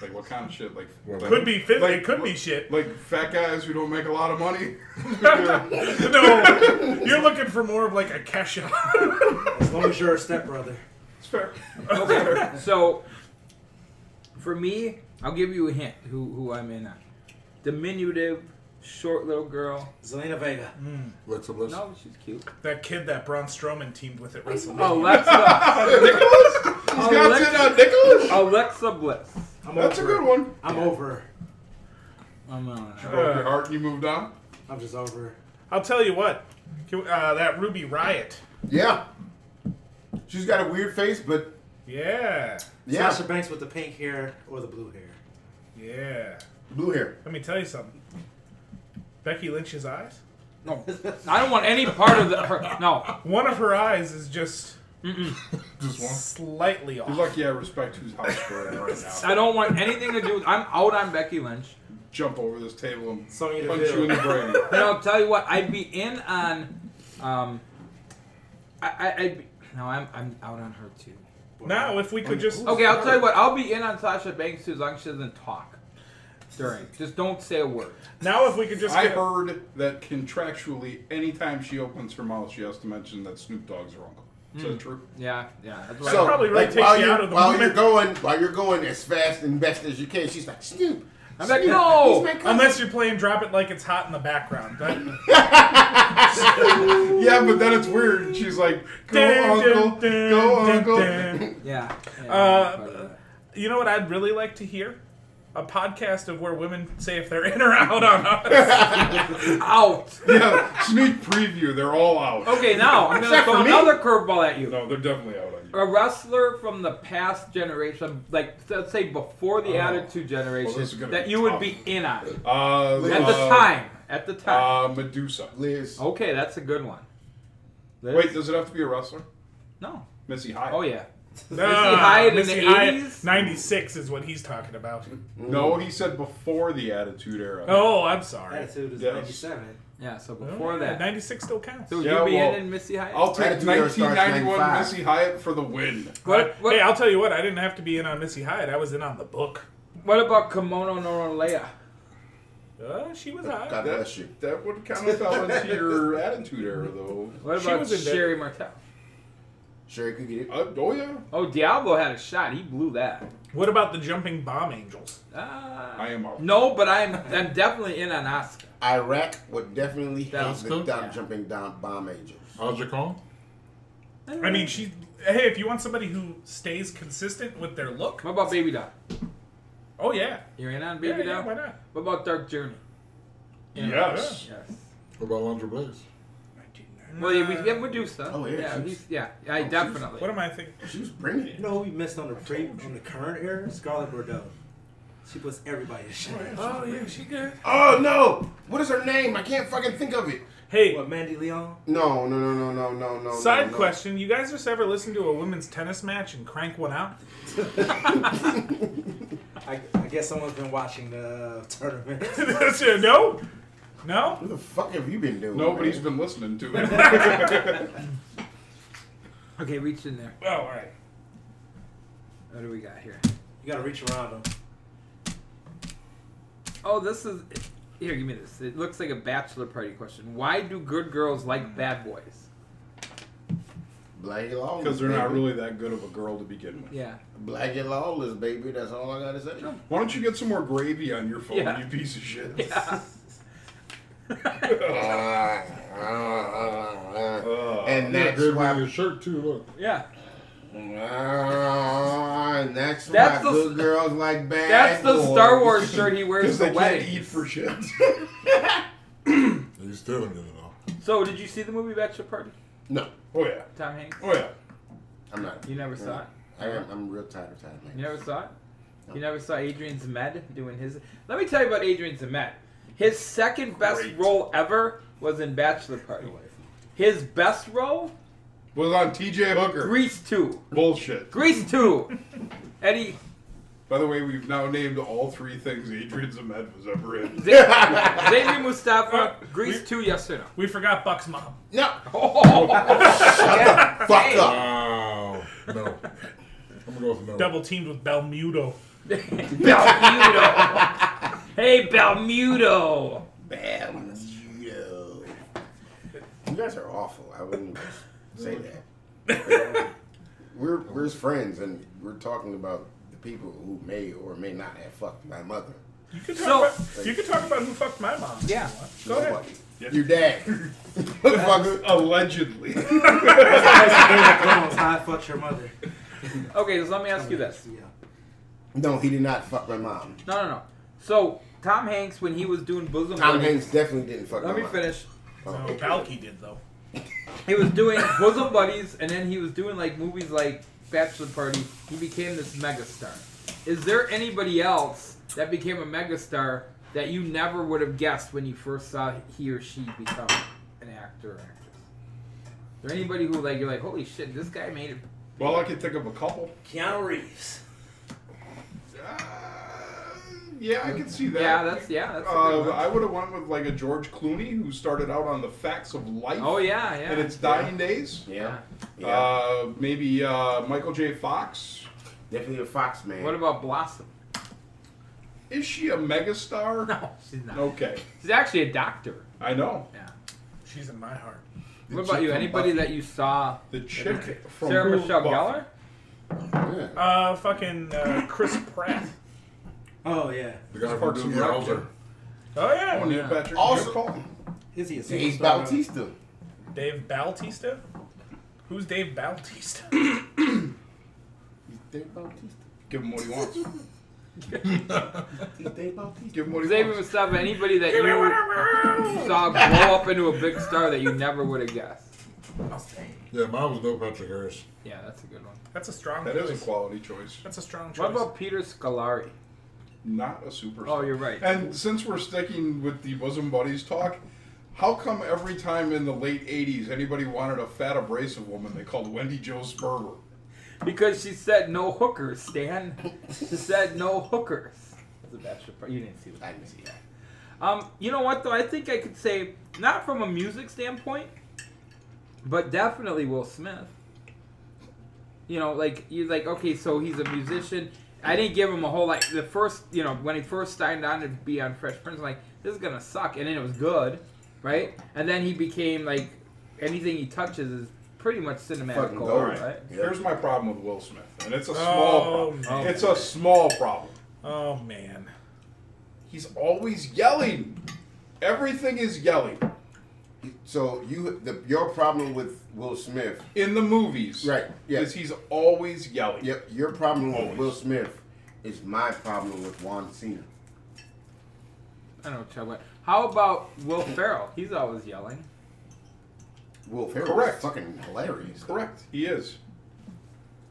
S1: like what kind of shit? Like
S7: Could
S1: like-
S3: Could be fit.
S1: like-
S3: it could be shit.
S1: Like fat guys who don't make a lot of money. *laughs*
S3: *laughs* no, you're looking for more of like a Kesha. *laughs*
S6: As long as you're a stepbrother.
S1: It's fair.
S2: *laughs* Okay, so for me, I'll give you a hint who, who I'm in on. Diminutive, short little girl. Mm.
S6: Zelena Vega.
S7: Alexa Bliss.
S2: No, she's cute.
S3: that kid that Braun Strowman teamed with at WrestleMania.
S2: Oh, *laughs* Alexa.
S1: He's got
S2: Alexa-
S1: it on uh, Nicholas.
S2: Alexa Bliss.
S6: I'm
S1: That's a
S6: over
S1: good
S6: her.
S1: one.
S6: I'm over her.
S2: I'm on it.
S1: Broke your heart and you moved on.
S6: I'm just over her.
S3: Oh, I'll tell you what. Can we- Uh, that Ruby Riot.
S5: Yeah. She's got a weird face, but
S3: Yeah.
S5: yeah,
S6: Sasha Banks with the pink hair or the blue hair.
S3: Yeah.
S5: blue hair.
S3: Let me tell you something. Becky Lynch's eyes.
S2: No, I don't want any part of the, her. No,
S3: One of her eyes is just *laughs*
S7: Just one.
S3: slightly off.
S1: You're lucky I respect whose house we're in right now.
S2: I don't want anything to do with. I'm out on Becky Lynch,
S1: Jump over this table and
S6: Sonya
S1: punch
S6: Deville.
S1: you in the brain.
S2: and I'll tell you what. I'd be in on. Um, I, I I'd be, no, I'm I'm out on her too.
S3: Now, if we could just
S1: Oh,
S2: Okay, I'll tell you what. I'll be in on Sasha Banks too, as long as she doesn't talk during. Just don't say a word.
S3: now if we could just
S1: I
S3: get,
S1: heard that contractually, anytime she opens her mouth, she has to mention that Snoop Dogg's her uncle. Is
S2: Hmm.
S1: that true?
S2: Yeah, yeah. That's what
S3: So- probably really takes
S5: while
S3: you
S5: you're-
S3: out of the
S5: while
S3: moment.
S5: you're going, while you're going as fast and best as you can, she's like Snoop.
S2: I'm like,
S5: Snoop,
S2: no!
S5: he's my cousin."
S3: unless you're playing "Drop It Like It's Hot" in the background. That-
S1: Yeah, but then it's weird. She's like, go
S3: Dun, dun,
S1: uncle,
S3: dun,
S1: go
S3: dun,
S1: uncle.
S3: dun.
S2: I, yeah. yeah
S3: Uh,
S2: part of that.
S3: You know what I'd really like to hear? A podcast of where women say if they're in or out
S2: *laughs*
S3: on us.
S2: out.
S1: Yeah, sneak preview. They're all out.
S2: Okay, now I'm gonna throw another curveball at you.
S1: No, they're definitely out on you.
S2: a wrestler from the past generation, like let's say before the Attitude Generation,
S1: Well, this is gonna
S2: that
S1: be
S2: you would
S1: tough.
S2: be in on at
S1: Uh,
S2: the
S5: At
S1: uh,
S2: time. At the time.
S1: Uh, Medusa.
S5: Liz.
S3: Oh,
S2: okay, that's a good one. Liz?
S1: Wait, does it have to be a wrestler?
S2: no.
S1: Missy Hyatt.
S2: Oh yeah.
S3: Ah,
S2: Hyatt in the
S3: Missy Hyatt,
S2: 80s?
S3: 96 is what he's
S2: *laughs*
S3: talking about.
S1: No, he said before the Attitude Era.
S3: Oh, I'm sorry.
S6: Attitude is
S1: Yes.
S6: 97.
S2: Yeah. So
S3: Oh,
S2: before
S3: yeah,
S2: that,
S3: 96 still counts.
S2: so would
S1: Yeah,
S2: you be
S1: well,
S2: in, in Missy Hyatt?
S1: I'll take
S5: Attitude Era starts
S1: 1991
S5: 95.
S1: Missy Hyatt for the win.
S2: what, what,
S3: hey, I'll tell you what, I didn't have to be in on Missy Hyatt. I was in on the book.
S2: what about Kimono Norolea?
S3: Uh, she was
S5: God
S3: hot.
S5: bless you.
S1: That would kind of fell
S5: *laughs*
S1: into your Attitude Era, though.
S2: What
S3: She
S2: about
S3: was in there.
S2: Sherry Martel?
S5: Sure, you could get it.
S1: Uh, oh yeah,
S2: Oh, Diablo had a shot. He blew that.
S3: What about the jumping bomb angels?
S2: Ah.
S1: I am out.
S2: no, but I'm I'm definitely in on Oscar.
S5: Iraq would definitely have
S2: That's
S5: the
S7: cool.
S5: down,
S2: Yeah.
S5: jumping down bomb angels.
S7: *laughs* How's it called?
S3: I mean, she. Hey, if you want somebody who stays consistent with their look,
S2: What about Baby Doll?
S3: oh yeah,
S2: You're in on
S3: yeah,
S2: Baby
S3: yeah
S2: Doll?
S3: why not?
S2: What about Dark Journey?
S1: Yes.
S2: Yes.
S7: What about Alondra Blaze?
S2: Well, yeah, we have Medusa.
S5: Oh, yeah,
S2: yeah,
S5: she's-
S2: he's- yeah, I definitely.
S3: What am I thinking?
S5: She was bringing
S6: You
S5: it.
S6: know who we missed on the pre on the current era? Scarlett Bordeaux. She puts everybody in shit.
S3: Oh yeah, she good.
S5: Oh no! What is her name? I can't fucking think of it.
S3: Hey,
S6: What Mandy Leon?
S5: No, no, no, no, no, no, no.
S3: side
S5: no, no. *laughs*
S3: question: You guys just ever listen to a women's tennis match and crank one out? *laughs*
S6: I, I guess someone's been watching the uh,
S5: *laughs*
S6: tournament.
S3: That's it, no, no.
S5: What the fuck have you been doing?
S1: Nobody's
S5: man?
S1: been listening to it.
S2: Okay, reach in there.
S3: Oh, all right.
S2: What do we got here?
S6: You gotta reach around them.
S2: Oh, this is. Here, give me this. It looks like a bachelor party question. Why do good girls like bad boys?
S5: Black it lawless.
S1: Because they're not
S5: baby.
S1: really that good of a girl to begin with.
S2: *laughs* Yeah.
S5: Black it lawless, baby. That's all I gotta say.
S1: Why don't you get some more gravy on your phone,
S2: Yeah.
S1: you piece of shit? *laughs*
S5: Uh,
S1: Uh,
S5: and
S7: Yeah,
S5: that's
S7: gave me
S5: why. Uh,
S7: your shirt too. Look,
S2: Yeah.
S5: and that's,
S2: That's
S5: why
S2: the-
S5: good girls like bad.
S2: That's the
S5: boys.
S2: Star Wars shirt he wears
S1: Because
S2: for
S1: they can't
S2: weddings.
S1: eat for shit. *laughs*
S7: you still didn't get it off.
S2: So, did you see the movie Bachelor Party?
S5: *laughs* No,
S1: oh yeah.
S2: Tom Hanks?
S1: Oh yeah.
S5: I'm not.
S2: You never saw it?
S5: I am, I'm real tired of time.
S2: You never saw it? You never saw Adrian Zemed doing his. Let me tell you about Adrian Zemed. His second best
S1: Great.
S2: role ever was in Bachelor Party. His best role?
S1: Was on TJ Hooker.
S2: Grease 2.
S1: Bullshit.
S2: Grease
S5: *laughs*
S2: 2! Eddie.
S1: By the way, we've now named all three things Adrian Zemed was ever in.
S2: Xavier Mustafa, Grease 2, yes or no?
S3: We forgot Buck's mom.
S5: No, *laughs*
S2: Yeah.
S5: fuck up.
S7: Wow. No.
S1: *laughs*
S7: I'm gonna go with no.
S3: Double teamed with
S2: *laughs*
S3: Belmudo.
S2: Belmudo. hey, Belmudo.
S5: Bam. Yo. You guys are awful. I wouldn't say
S2: *laughs*
S5: that. we're we're friends, and we're talking about the people who may or may not have fucked my mother.
S3: You could
S2: So-
S3: talk, about, you could talk about who fucked my mom.
S2: Yeah.
S3: Go ahead.
S5: Nobody. Your dad, *laughs* motherfucker.
S2: *laughs*
S1: Allegedly.
S6: Clones, how I fucked your mother.
S2: Okay, so let me ask you this.
S6: Yeah.
S5: No, he did not fuck my mom.
S2: No, no, no. So, Tom Hanks, when he was doing Bosom
S5: Tom
S2: Buddies.
S5: Hanks definitely didn't fuck
S2: Let
S5: my
S2: me
S5: mom.
S2: finish.
S3: No, Oh, Balky did though.
S2: He was doing Bosom Buddies, and then he was doing like movies like Bachelor Party. He became this megastar. Is there anybody else that became a megastar that you never would have guessed when you first saw he or she become an actor or actress? Is there anybody who like you're like, holy shit, this guy made it?
S1: well, I can think of a couple.
S6: Keanu Reeves.
S1: Uh, yeah, I can see that.
S2: Yeah, that's- yeah, that's a
S1: uh,
S2: good one.
S1: I would have went with like a George Clooney who started out on the facts of life.
S2: Oh yeah, yeah.
S1: In its dying days.
S5: Yeah, yeah.
S1: Uh, maybe uh, Michael J. Fox.
S5: definitely a fox man.
S2: What about Blossom? *laughs*
S1: Is she a megastar?
S2: No, she's not.
S1: Okay,
S2: She's actually a doctor.
S1: I know.
S2: Yeah.
S3: She's in my heart.
S2: What about you?
S1: chick from
S2: Anybody
S1: Buffy.
S2: that you saw?
S1: The chick from
S2: Sarah
S1: Who
S2: Michelle
S1: Buffy.
S2: Gellar.
S5: Yeah.
S3: Uh, fucking uh, Chris Pratt.
S6: Oh yeah.
S7: The guy from
S1: Parks and
S7: Doogie
S1: Rec.
S7: Howser.
S3: Oh yeah.
S1: Oh, yeah, Patrick,
S5: Also-
S1: good call.
S6: Is he a
S5: Dave
S6: superstar?
S5: Bautista.
S3: Dave Bautista. Who's Dave Bautista?
S5: He's Dave Bautista.
S1: give him what he
S5: *laughs*
S1: wants.
S5: He's Dave Bautista.
S1: Give him what he
S2: Xavier
S1: wants.
S2: Mustafa, anybody that you saw blow up into a big star that you never would have guessed.
S7: Yeah, mine was no Patrick Harris.
S2: Yeah, that's a good one.
S3: That's a strong.
S1: That is a
S3: choice.
S1: quality choice,
S3: That's a strong choice.
S2: What about Peter Scolari?
S1: not a superstar.
S2: Oh, you're right.
S1: And since we're sticking with the bosom buddies talk, how come every time in the late '80s anybody wanted a fat abrasive woman, they called Wendy Jo Sperber?
S2: Because she said no hookers, Stan. She said no hookers. It's a bachelor party. You didn't see that.
S5: I didn't see that.
S2: Um, you know what though? I think I could say not from a music standpoint, but definitely Will Smith. You know, like you're like, okay, so he's a musician. I didn't give him a whole like the first, you know, when he first signed on to be on Fresh Prince, I'm like this is gonna suck, and then it was good, right? And then he became like anything he touches is pretty much
S5: Fucking
S2: cinematical,
S5: gold.
S2: right?
S1: Here's my problem with Will Smith, and it's a small problem.
S3: Oh, man.
S1: It's a small problem.
S3: Oh man.
S1: He's always yelling. Everything is yelling
S5: So you, the, your problem with Will Smith
S1: in the movies.
S5: Right, yeah.
S1: Because he's always yelling.
S5: Yep, your problem with Will Smith is my problem with Juan Cena.
S2: I don't know, Chad. What? How about Will Ferrell? He's always yelling.
S5: Will Ferrell
S1: Correct.
S5: is fucking hilarious. though.
S1: Correct. He is.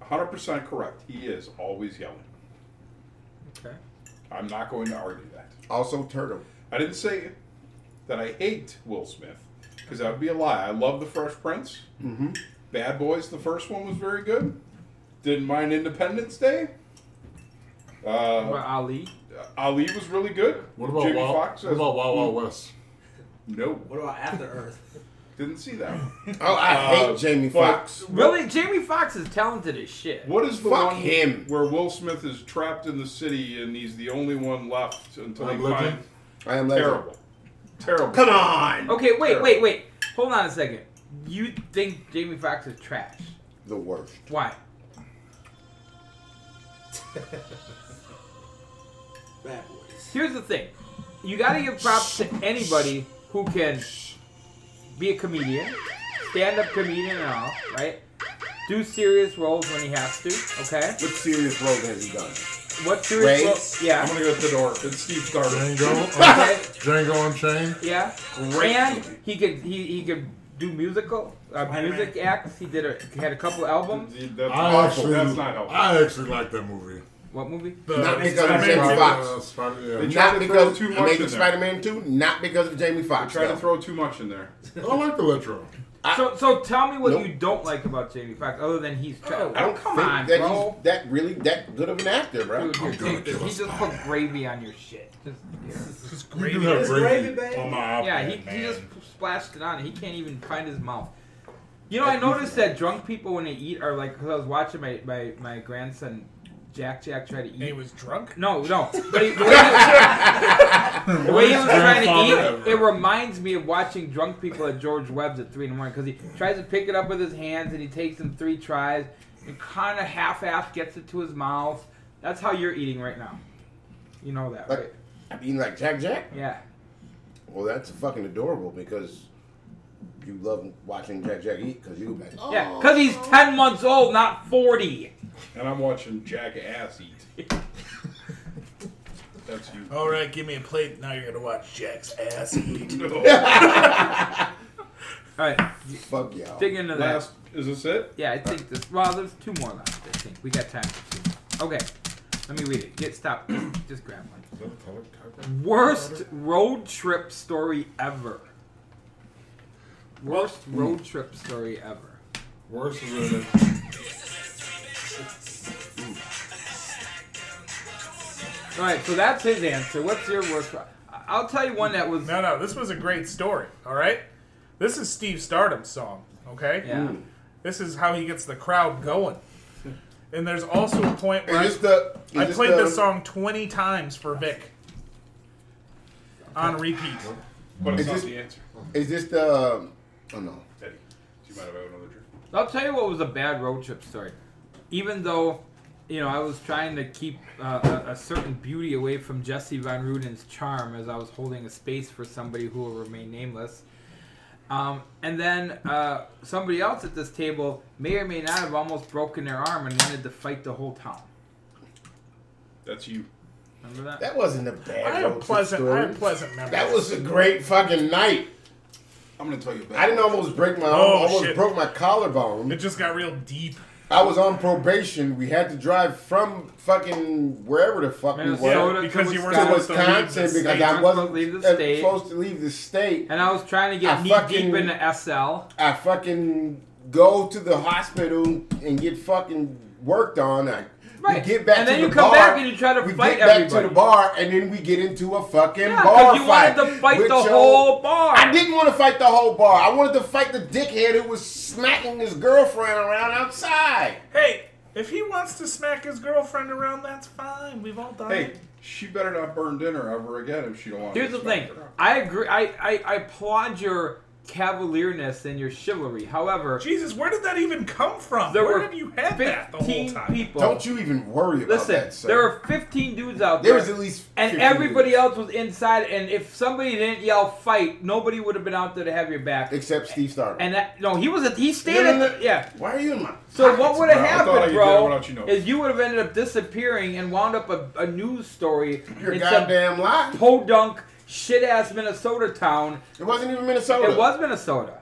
S1: 100% correct. He is always yelling.
S2: Okay.
S1: I'm not going to argue that.
S5: Also
S1: *laughs*
S5: Turtle.
S1: I didn't say that I hate Will Smith because that would be a lie. I love The Fresh Prince. Mm-hmm. Bad Boys, the first one was very good. Didn't mind Independence Day.
S2: How
S1: Uh,
S2: about Ali?
S1: Ali was really good.
S7: What about
S1: Jamie
S7: Wild,
S1: Foxx
S7: what
S1: as-
S7: about Wild Wild West?
S1: No.
S6: What about After Earth?
S1: Didn't see that one.
S5: Oh, I
S1: Uh,
S5: hate Jamie
S1: but-
S5: Foxx.
S2: Really, Jamie Fox is talented as shit.
S1: What is the
S5: Fuck
S1: one
S5: him.
S1: where Will Smith is trapped in the city and he's the only one left until
S7: I'm
S1: they
S7: looking.
S1: find
S5: I am legend.
S1: terrible, terrible.
S5: Come on.
S2: Okay, wait, wait, wait. Hold on a second. You think Jamie Fox is trash?
S5: The worst.
S2: Why?
S6: Bad boys.
S2: Here's the thing. You gotta give props to anybody who can be a comedian, stand up comedian and all, right? Do serious roles when he has to, okay?
S5: What serious role has he done?
S2: What serious
S5: Ray?
S2: roles? Yeah.
S1: I'm *laughs* gonna go to the door. It's Steve Starter.
S7: Django,
S1: *laughs*
S2: Okay.
S7: Django Unchained.
S2: Yeah.
S5: Great.
S2: And he could he, he could do musical uh,
S6: Spider-Man.
S2: music acts. He did a he had a couple albums.
S1: That's
S7: I
S1: awful.
S7: actually,
S1: That's not helpful.
S7: I actually like that movie.
S2: What movie?
S1: Uh,
S3: The,
S5: Not because of
S3: Spider-Man
S5: Jamie
S3: movie.
S5: Foxx.
S7: Uh, Spider- yeah.
S1: They tried
S5: Not
S1: to
S5: because
S1: throw too
S5: I'm
S1: much
S5: making
S1: in there.
S5: Spider-Man 2, not because of Jamie Foxx.
S1: Trying to
S5: though.
S1: throw too much in there.
S7: I like the retro.
S2: so so tell me what
S5: Nope.
S2: you don't like about Jamie Foxx other than he's trash.
S1: Oh,
S5: I don't
S2: come
S5: think
S2: on,
S5: that
S2: bro.
S5: he's that really that good of an actor, bro.
S2: Dude, here,
S7: gonna
S2: take this.
S7: kill
S2: He
S7: a
S2: just put gravy on your shit. Just, here.
S3: It's
S7: You
S3: great.
S7: do have
S6: It's
S7: gravy
S6: gravy, babe.
S7: on my iPad,
S2: yeah, he,
S7: man.
S2: he just splashed it on. He can't even find his mouth. You know, I noticed that drunk people when they eat are like. Cause I was watching my, my, my grandson Jack Jack try to
S3: And he
S2: eat.
S3: was drunk.
S2: No, no. But he, the, way he, the way he was trying to eat,
S7: Grandfather
S2: it reminds me of watching drunk people at George Webb's at three in the morning because he tries to pick it up with his hands and he takes him three tries and kind of half-ass gets it to his mouth. That's how you're eating right now. You know that, right?
S5: Like, I mean, like Jack Jack.
S2: Yeah.
S5: Well, that's fucking adorable because you love watching Jack Jack eat because you like, oh,
S2: Yeah, because he's 10 months old, not 40.
S1: And I'm watching Jack Ass eat. *laughs* That's you.
S3: All right, give me a plate. Now you're gonna watch Jack's ass eat.
S2: All right,
S5: "Oh, fuck y'all.
S2: dig into that.
S1: Last is this it?
S2: Yeah, I think this. Well, there's two more left, I think. We got time for two. more. Okay, let me read it. Get stopped. Just grab one.
S7: Oh,
S2: Worst road trip story ever. Worst road trip story ever.
S7: Worse is in it.
S2: All right, so that's his answer. What's your worst? ro- I- I'll tell you one that was.
S3: No, no, this was a great story. All right, this is Steve Stardom's song. Okay,
S2: Yeah.
S3: this is how he gets the crowd going. And there's also a point where I-
S5: Is this the? Is
S3: I
S5: this
S3: played
S5: the,
S3: this song 20 times for Vic on repeat.
S1: But it's
S5: Is
S1: not
S5: this-
S1: the answer.
S5: Is this the? um, Oh no.
S1: Teddy, do you mind if I have another drink?
S2: I'll tell you what was a bad road trip story. Even though, you know, I was trying to keep uh, a, a certain beauty away from Jesse Van Ruden's charm as I was holding a space for somebody who will remain nameless. Um, and then uh, somebody else at this table may or may not have almost broken their arm and wanted to fight the whole town.
S1: That's you.
S2: Remember that?
S5: That wasn't a bad.
S3: I
S5: road
S3: have
S5: trip
S3: pleasant, I
S5: story.
S3: have pleasant memories.
S5: That was a great fucking night.
S1: I'm gonna tell you about
S5: I didn't almost break my
S3: Oh,
S5: almost
S3: shit.
S5: broke my collarbone.
S3: It just got real deep.
S5: I was on probation. We had to drive from fucking wherever the fuck we were
S2: Minnesota
S3: because
S2: to
S3: you
S5: to
S3: weren't-
S2: Wisconsin.
S5: Wisconsin
S3: Supposed to leave the state.
S5: because I
S2: You're
S5: wasn't
S2: supposed to leave the
S5: uh,
S2: state.
S5: supposed to leave the state.
S2: And I was trying to
S5: I
S2: get knee deep
S5: fucking-
S2: into SL.
S5: I fucking go to the hospital and get fucking worked on. I,
S2: Right.
S5: We get back
S2: And
S5: to
S2: then
S5: the
S2: you come
S5: bar.
S2: back and you try to
S5: we
S2: fight
S5: get back to
S2: everybody.
S5: the bar and then we get into a fucking
S2: Yeah,
S5: bar
S2: because you
S5: fight.
S2: wanted to fight the
S5: with your-
S2: whole bar.
S5: I didn't want to fight the whole bar. I wanted to fight the dickhead who was smacking his girlfriend around outside.
S3: Hey, if he wants to smack his girlfriend around, that's fine. We've all done
S1: Hey,
S3: it.
S1: she better not burn dinner ever again if she don't want.
S2: Here's the thing. I agree. I, I, I applaud your cavalierness and your chivalry. However,
S3: Jesus, where did that even come from?
S2: there
S3: where
S2: were
S3: have you had that the whole
S2: 15
S3: time?
S2: people.
S5: Don't you even worry about
S2: Listen,
S5: that. sir.
S2: there were 15 dudes out there.
S5: There was at least
S2: And
S5: 15
S2: everybody
S5: dudes.
S2: else was inside. And if somebody didn't yell fight, nobody would have been out there to have your back.
S5: except Steve Starr.
S2: And that no, he was a, he stayed
S5: No, no,
S2: at the,
S5: no.
S2: yeah.
S5: Why are you in my?
S2: So what would have
S1: bro. I thought I
S2: happened,
S1: did it
S2: bro?
S1: without you knowing.
S2: is you would have ended up disappearing and wound up a, a news story
S5: Your
S2: in
S5: goddamn lie.
S2: some podunk shit ass Minnesota town.
S5: It wasn't even Minnesota.
S2: It was Minnesota.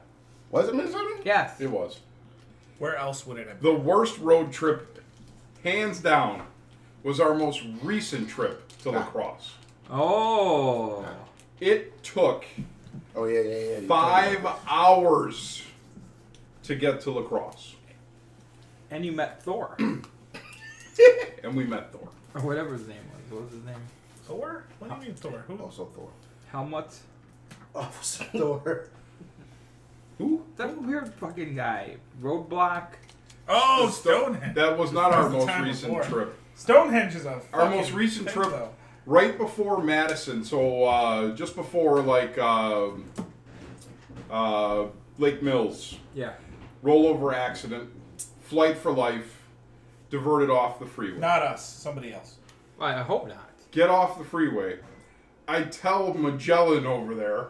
S5: Was it Minnesota?
S2: Yes.
S1: It was
S3: Where else would it have been?
S1: the worst road trip, hands down, was our most recent trip to lacrosse.
S2: Oh.
S1: It took
S5: Oh yeah, yeah, yeah. you
S1: five hours to get to lacrosse,
S2: And you met Thor.
S1: and we met Thor.
S2: or whatever his name was. What was his name?
S3: Thor? What do you
S5: Oh,
S1: Oh,
S3: mean Thor? Who?
S5: told me. Also Thor.
S2: Helmut?
S6: Officer Thor.
S1: Who
S2: That weird fucking guy. Roadblock.
S3: Oh, Stonehenge.
S1: That was not our
S3: That's the
S1: most
S3: time
S1: recent
S3: before.
S1: trip.
S3: Stonehenge is a
S1: Our
S3: fucking
S1: most recent
S3: thing,
S1: trip,
S3: though.
S1: right before Madison, so uh, just before like um uh, Lake Mills,
S2: Yeah.
S1: rollover accident, flight for life, diverted off the freeway.
S3: Not us. Somebody else.
S2: Well, I hope not.
S1: Get off the freeway. I tell Magellan over there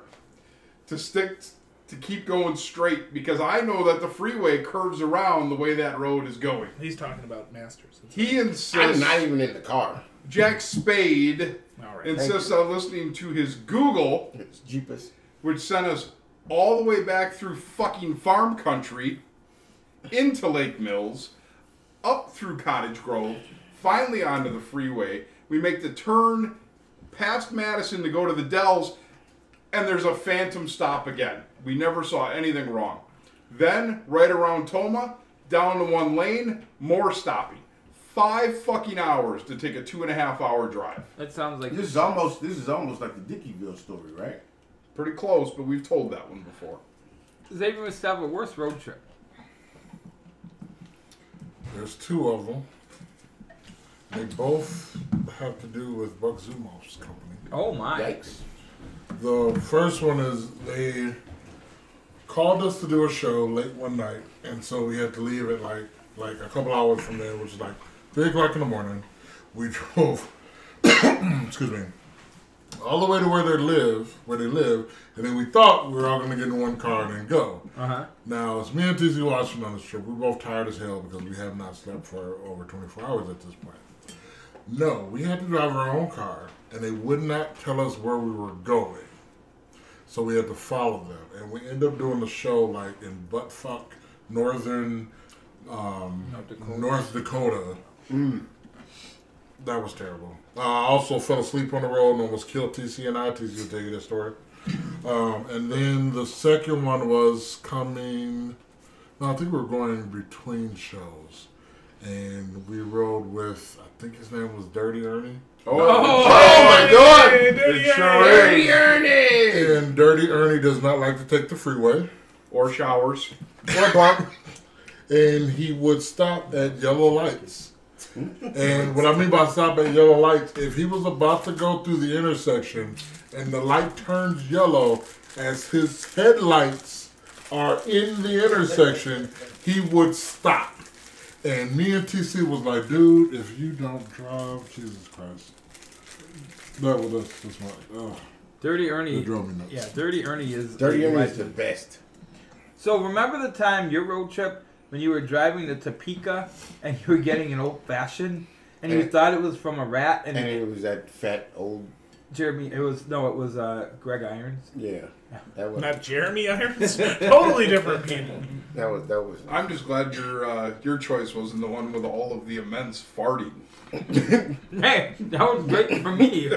S1: to stick to keep going straight because I know that the freeway curves around the way that road is going.
S3: He's talking about Masters.
S1: He
S5: I'm
S1: insists.
S5: not even in the car.
S1: Jack Spade
S3: All right.
S1: insists on listening to his Google,
S5: It's Jeepers.
S1: which sent us all the way back through fucking farm country into Lake Mills, up through Cottage Grove, finally onto the freeway. We make the turn past Madison to go to the Dells, and there's a phantom stop again. We never saw anything wrong. Then, right around Toma, down to one lane, more stopping. Five fucking hours to take a two and a half hour drive.
S2: That sounds like
S5: This is almost this is almost like the Dickieville story, right?
S1: Pretty close, but we've told that one before.
S2: Xavier must have a worse road trip.
S7: There's two of them. They both have to do with Buck Zumoff's company.
S2: Oh my.
S5: Yikes.
S7: The first one is they called us to do a show late one night, and so we had to leave at like like a couple hours from there, which is like three o'clock in the morning. We *laughs* drove, excuse me, all the way to where they live, where they live, and then we thought we were all gonna get in one car and then go.
S2: Uh-huh.
S7: Now it's me and TZ Washington on this trip. We're both tired as hell because we have not slept for over 24 hours at this point. No, we had to drive our own car, and they would not tell us where we were going. So we had to follow them, and we end up doing the show like in buttfuck northern um, North Dakota. That was terrible. Uh, I also fell asleep on the road and almost killed TC and I. TC will tell you that story. Um, and then the second one was coming. No, I think we were going between shows, and we rode with I think his name was Dirty Ernie.
S1: Oh,
S5: Oh my god!
S3: Hey, dude,
S1: It
S3: yeah,
S1: sure
S3: yeah.
S5: Ernie, Ernie!
S7: And Dirty Ernie does not like to take the freeway,
S1: or showers.
S5: What bump?
S7: and he would stop at yellow lights. And what I mean by stop at yellow lights, if he was about to go through the intersection and the light turns yellow as his headlights are in the intersection, he would stop. And me and TC was like, dude, if you don't drive, Jesus Christ. That was that's, that's my, oh,
S2: Dirty
S7: it
S2: Ernie.
S7: drove me nuts.
S2: Yeah, Dirty Ernie is.
S5: Dirty
S2: is
S5: Ernie is the
S2: legend.
S5: best.
S2: So remember the time your road trip when you were driving to Topeka and you were getting an old fashioned and you
S5: And-
S2: thought it was from a rat and,
S5: And it was that fat old
S2: Jeremy it was no it was uh, Greg Irons.
S5: yeah. That was
S3: Not
S1: *laughs*
S3: Jeremy Irons. totally different people.
S5: that was that was
S1: I'm just glad your uh, your choice wasn't the one with all of the immense farting.
S2: Hey, that was great for me.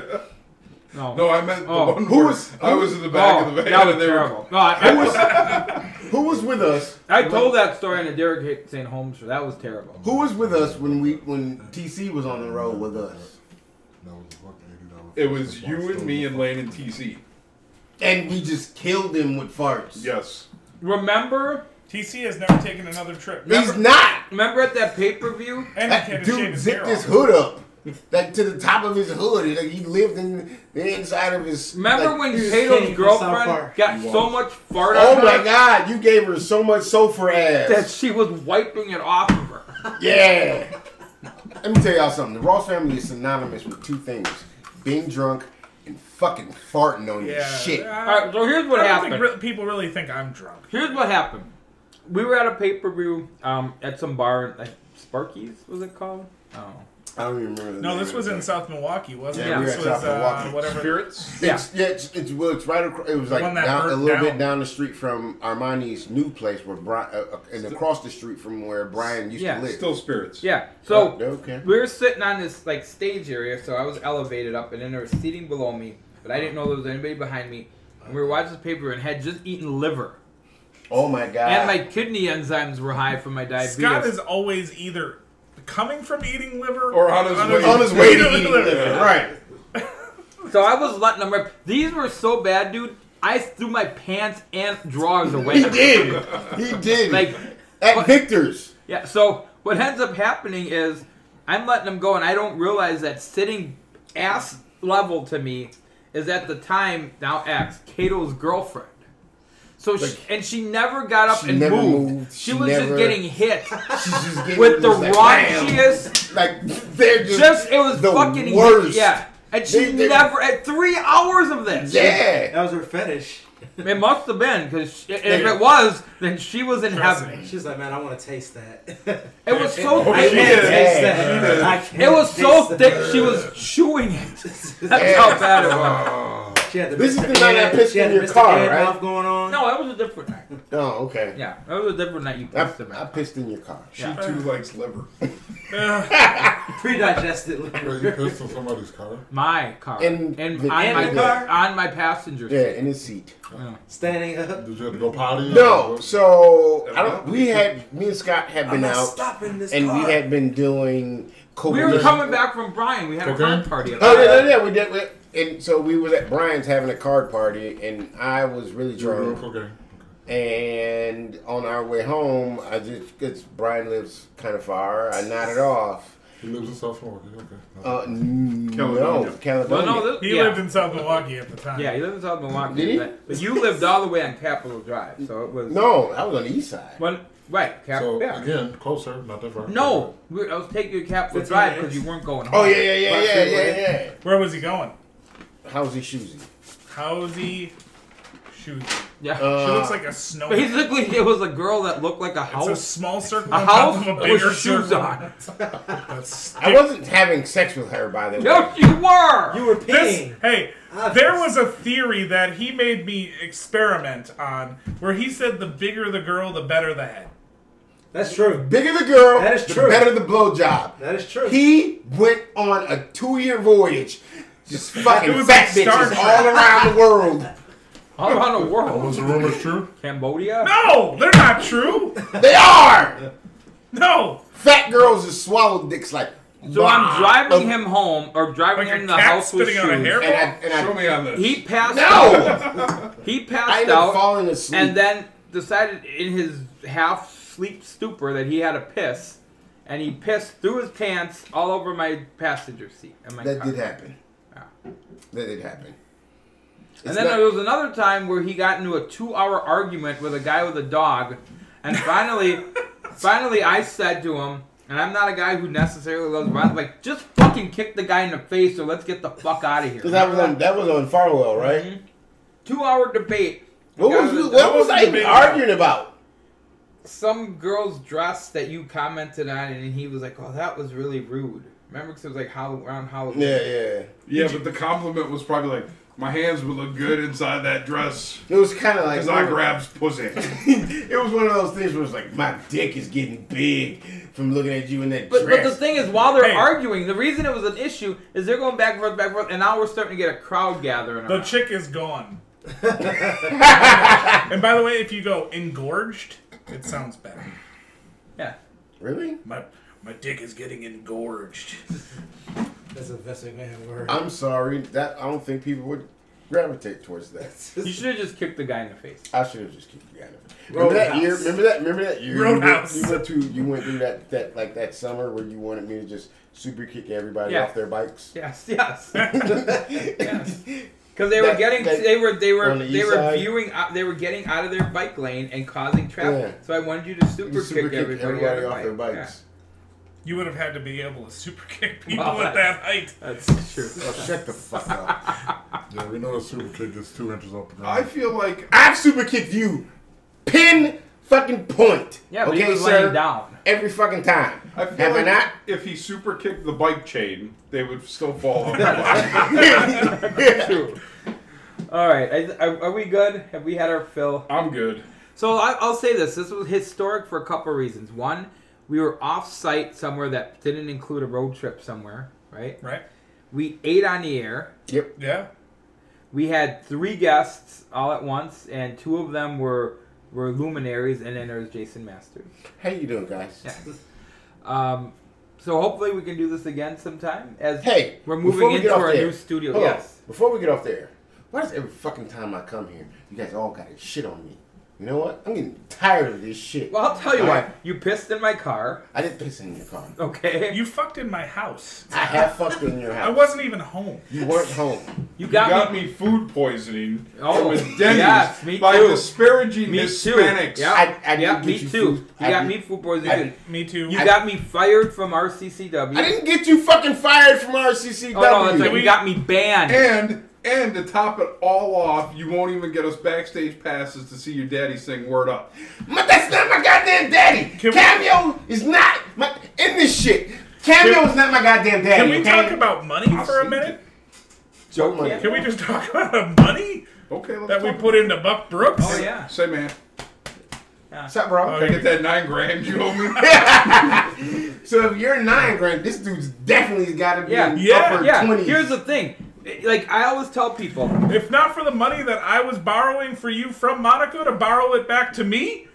S2: No.
S1: No, I meant
S2: Oh.
S1: the one
S5: Who
S1: where
S5: was-
S1: I was in the back
S2: Oh,
S1: of the van.
S2: that was
S1: and they were-
S2: terrible. No, I, I,
S5: Who was with us?
S2: I told that story in the Derek St. Holmes show. That was terrible.
S5: Who was with us when we when TC was on the road with us?
S7: That was a fucking $80
S1: It was you and me and Lane and TC.
S5: And we just killed him with farts.
S1: Yes.
S2: Remember?
S3: TC has never taken another trip.
S5: He's
S3: Never.
S5: not.
S2: Remember at that pay per view?
S3: And he
S5: That
S3: can't shave
S5: dude
S3: his
S5: zipped
S3: hair
S5: his
S3: off.
S5: hood up, like to the top of his hood. Like he lived in the inside of his.
S2: Remember
S5: like-
S2: when
S6: he was
S2: Kato's
S6: skinny from South
S2: girlfriend
S6: Park.
S2: got so much fart
S5: Oh
S2: on
S5: my
S2: her
S5: God! You gave her so much sulfur ass.
S2: that she was wiping it off of her?
S5: yeah. Let me tell y'all something. The Ross family is synonymous with two things: being drunk and fucking farting on your
S3: Yeah. I-
S5: shit.
S2: All right, so here's what
S3: I don't
S2: happened.
S3: think re- people really think I'm drunk.
S2: Here's what happened. We were at a pay per view um, at some bar, like Sparky's, was it called? Oh.
S5: I don't even remember. the
S3: No,
S5: name
S3: this
S5: of
S3: was
S5: it.
S3: in South Milwaukee, wasn't
S5: Yeah,
S3: it?
S5: we
S3: This
S5: were
S3: was
S5: in South
S3: uh,
S5: Milwaukee.
S3: whatever.
S1: Spirits?
S2: Yeah.
S5: It's, yeah, it's, it's, well, it's right across. It was like
S3: one that
S5: down, a
S3: burnt
S5: little bit
S3: down.
S5: down the street from Armani's new place, where Brian, uh, uh, and across the street from where Brian used
S2: Yeah.
S5: to live.
S1: Still spirits.
S2: Yeah. So
S5: Oh, okay.
S2: we were sitting on this like stage area, so I was elevated up, and then there was seating below me, but I didn't know there was anybody behind me. And we were watching this pay per view and had just eaten liver,
S5: oh my god!
S2: and my kidney enzymes were high from my diabetes.
S3: Scott is always either coming from eating liver
S1: Or on his way-
S5: on his way to
S3: eating
S5: eating liver, right?
S2: so I was letting them rip. These were so bad, dude. I threw my pants and drawers away.
S5: He did. He did.
S2: Like,
S5: at
S2: what-
S5: Victor's.
S2: yeah. So what ends up happening is I'm letting them go, and I don't realize that sitting ass level to me is at the time now ex Cato's girlfriend. So she, and she never got up
S5: She
S2: and
S5: never
S2: moved.
S5: moved.
S2: She,
S5: She
S2: was just
S5: never-
S2: getting
S5: *laughs*
S2: hit *laughs*
S5: She's just getting
S2: with the
S5: just like, bam.
S2: raunchiest.
S5: Like they're just,
S2: Just it was
S5: the
S2: fucking
S5: worst.
S2: yeah. And she
S5: They- they-
S2: never at three hours of this.
S5: Yeah.
S6: That was her fetish.
S2: It must have been because if
S5: Yeah.
S2: it was, then she was in
S3: Trust
S2: heaven.
S6: She's like, man, I want to taste that. *laughs*
S2: It was so
S1: Oh,
S6: I
S1: she
S6: can't
S1: did.
S6: taste that.
S5: Uh,
S6: I can't
S2: It was so
S6: taste
S2: thick
S6: that.
S2: she was chewing it.
S6: Yeah.
S2: That's how bad it was.
S6: *laughs* She had the
S5: This is
S6: Mr.
S5: the night I
S6: Ed-
S5: pissed
S6: she had
S5: in
S6: the
S5: your
S6: Mr.
S5: car,
S6: Ed
S5: right?
S6: mouth going
S2: *laughs*
S6: on.
S2: No, that was a different night.
S5: Oh, okay.
S2: Yeah, that was a different night you
S5: I,
S2: posted
S5: I
S2: about.
S5: pissed in your car.
S1: She too likes liver.
S6: Pre-digested liver.
S7: Wait, you pissed on somebody's car?
S2: My car.
S5: In
S2: And,
S5: the-
S2: on,
S5: in
S2: my,
S5: the car?
S2: on my passenger
S5: Yeah,
S2: seat.
S5: in his seat.
S6: Standing up.
S7: Did you have to go potty?
S5: No,
S7: Or-
S5: so I don't. We had me and Scott had
S6: I'm
S5: been
S6: not
S5: out,
S6: stopping this
S5: and
S6: car.
S5: we had been doing. Coke
S2: We were coming back from Brian. We had a
S7: Okay.
S2: car party. at-
S5: Oh yeah, yeah, yeah, we did. We, and so we was at Brian's having a card party, and I was really
S7: You were
S5: drunk.
S7: okay.
S5: And on our way home, I just because Brian lives kind of far, I nodded off.
S7: He lives in South Florida. Okay.
S5: Uh, n-
S1: Caledonia.
S5: No, Caledonia.
S2: Well, no, this,
S3: He
S2: yeah.
S3: lived in South Milwaukee at the time.
S2: Yeah, he lived in South Milwaukee.
S5: Did he?
S2: But, but you lived all the way on Capitol Drive, so it was.
S5: No, I was on the east side.
S2: One, right, Cap,
S7: so
S2: yeah.
S7: again, closer, not that far.
S2: No, we, I was taking you to Capitol
S6: 15
S2: Drive because
S6: minutes.
S2: you weren't going home.
S5: Oh yeah, yeah, yeah,
S6: Right,
S5: yeah,
S6: right.
S5: yeah, yeah.
S3: Where was he going?
S5: How's he shoesy?
S3: How's he shooting?
S2: Yeah.
S3: she
S5: Uh,
S3: looks like a snow. It's
S2: Basically, it was a girl that looked like a
S3: a
S2: house.
S3: small circle
S2: A
S3: on top
S2: house
S3: of a
S2: with
S3: bigger
S2: shoes
S3: circle.
S2: on.
S3: That's
S5: I wasn't having sex with her by the way.
S2: Yes, you were.
S6: You were
S3: This,
S6: peeing.
S3: hey,
S6: Obvious.
S3: there was a theory that he made me experiment on where he said the bigger the girl, the better the head.
S6: That's true.
S5: Bigger the girl,
S6: That is
S5: the
S6: true.
S5: better the blowjob.
S6: That is true.
S5: He went on a two-year voyage, just fucking
S3: It was
S5: fat
S3: like Star
S5: bitches
S3: Trek.
S5: all around the world.
S2: All around the
S7: Was
S2: world.
S7: the rumors true?
S2: Cambodia?
S3: No, they're not true.
S5: They are
S3: No,
S5: fat girls that swallow dicks like.
S2: So I'm driving him home, or driving
S3: Oh. like
S2: him to
S3: a
S2: the
S3: cat
S2: house with
S3: spitting on a
S2: shoes.
S5: And I,
S3: hairball.
S5: and I
S1: Show me on this.
S2: He passed out.
S5: No,
S2: He
S5: I
S2: passed
S5: ended up
S2: out,
S5: falling asleep.
S2: and then decided in his half sleep stupor that he had to piss, and he pissed through his pants all over my passenger seat. in my
S5: that
S2: car.
S5: did happen. That did happen. It's
S2: And then
S5: not-
S2: there was another time where he got into a two-hour argument with a guy with a dog, and
S3: *laughs*
S2: finally, finally, I said to him, and I'm not a guy who necessarily loves violence, like just fucking kick the guy in the face, or let's get the fuck out of here.
S5: 'Cause that was on that was on Farwell, right?
S2: Two-hour debate.
S5: What
S2: Guy
S5: was
S2: with a
S5: you,
S2: dog.
S5: what was I even arguing about?
S2: some girl's dress that you commented on, and he was like, "Oh, that was really rude." Remember, 'cause it was like Hall- around Halloween.
S5: Yeah, yeah.
S1: yeah, but the compliment was probably like, my hands would look good inside that dress
S5: It was kind of like
S1: because I grabs pussy.
S5: *laughs* it was one of those things where it's like my dick is getting big from looking at you in that
S2: But, but
S5: dress.
S2: the thing is, while they're
S3: Hey.
S2: arguing, the reason it was an issue is they're going back and forth, back and forth, and now we're starting to get a crowd gathering.
S3: the
S2: around.
S3: chick
S2: *laughs*
S3: is gone. and by the way, if you go engorged, it sounds better.
S2: yeah.
S5: really?
S3: My my dick is getting engorged.
S6: That's a best man word.
S5: I'm sorry that I don't think people would gravitate towards that.
S2: You should have just kicked the guy in the face.
S5: I should have just kept you out of it. Remember that year? Remember that? Remember that year? you went-
S3: Roadhouse.
S5: You went, to you went through that that like that summer where you wanted me to just super kick everybody
S2: Yeah.
S5: off their bikes. *laughs*
S2: Yes, *laughs* yes. Because they were
S5: That-
S2: getting,
S5: that-
S2: they were, they were,
S5: on the
S2: they
S5: east
S2: were
S5: side?
S2: viewing, out, they were getting out of their bike lane and causing traffic.
S5: Yeah.
S2: So I wanted you to super,
S5: You super
S2: kick, everybody, out of
S5: off their
S2: bike.
S5: bikes.
S3: You would have had to be able to super kick people
S2: Wow,
S3: at that height.
S2: Yeah, that's true.
S5: *laughs* Oh, shut the fuck up!
S7: Yeah, we know the super kick is two inches off the ground.
S1: I feel like
S5: *laughs* I've super kicked you, pin fucking point.
S2: Yeah, but
S5: okay,
S2: he was
S5: sir.
S2: laying down.
S5: Every fucking time.
S1: I
S5: Have
S1: feel
S5: I
S1: like
S3: *laughs*
S5: not?
S1: if he super kicked the bike chain, they would still
S2: *laughs*
S1: fall off.
S2: *laughs* True. All right, I- I- are we good? Have we had our fill?
S1: I'm good.
S2: So I, I'll say this: this was historic for a couple of reasons. One, we were off-site somewhere that didn't include a road trip somewhere, right?
S3: Right?
S2: We ate on the air.
S5: Yep.
S3: Yeah.
S2: we had three guests all at once, and two of them were were luminaries, and then there's Jason *laughs* Masters.
S5: How you doing, guys?
S2: Yeah. Um, so hopefully we can do this again sometime. As
S5: Hey,
S2: we're
S5: before
S2: moving
S5: we get
S2: into
S5: off
S2: our
S5: the air,
S2: new studio.
S5: hold on.
S2: yes.
S5: Before we get off the air, Why does every fucking time I come here, you guys all got shit on me? You know what? I'm getting tired of this shit.
S2: Well, I'll tell you
S5: All
S2: what.
S5: right.
S2: You pissed in my car.
S5: I did piss in your car.
S2: Okay. You,
S3: You fucked in my house.
S5: I have fucked in your
S3: *laughs*
S5: house.
S3: I wasn't even home.
S5: You weren't home.
S2: got,
S1: got
S2: me.
S1: me food poisoning.
S2: Oh,
S1: Oh, with Denny's
S2: yes, me
S1: by
S2: too.
S1: disparaging
S2: Me
S1: Hispanics.
S2: too. Yeah.
S5: I- I didn't
S2: yeah,
S5: get
S2: me
S5: you
S2: too.
S5: food.
S2: You
S5: I
S2: got
S5: didn't-
S2: me food poisoning.
S5: I didn't-
S3: Me too.
S2: You got me fired from RCCW.
S5: I didn't get you fucking fired from RCCW.
S2: Oh no, that's right.
S3: We-
S2: You got me banned.
S1: And and to top it all off, you won't even get us backstage passes to see your daddy sing "Word Up."
S5: But that's not my goddamn daddy.
S3: Can we-
S5: Cameo is not my in this shit. Cameo
S3: Can-
S5: is not my goddamn daddy.
S3: Can we
S5: okay?
S3: talk about money for a minute?
S2: Joe
S5: money.
S2: can't-
S3: Can we just talk *laughs* about money
S1: Okay, let's
S3: that we
S1: talk
S3: put into Buck Brooks?
S2: Oh yeah.
S1: Say, man,
S5: What's up, bro?
S3: Oh,
S1: can I
S3: yeah.
S1: get that nine grand you owe me?
S2: *laughs*
S5: So if you're nine grand, this dude's definitely got to be
S2: Yeah.
S5: in
S3: Yeah,
S5: upper
S2: Yeah.
S5: twenties.
S2: Here's the thing. Like I always tell people,
S3: If not for the money that I was borrowing for you from Monica to borrow it back to me,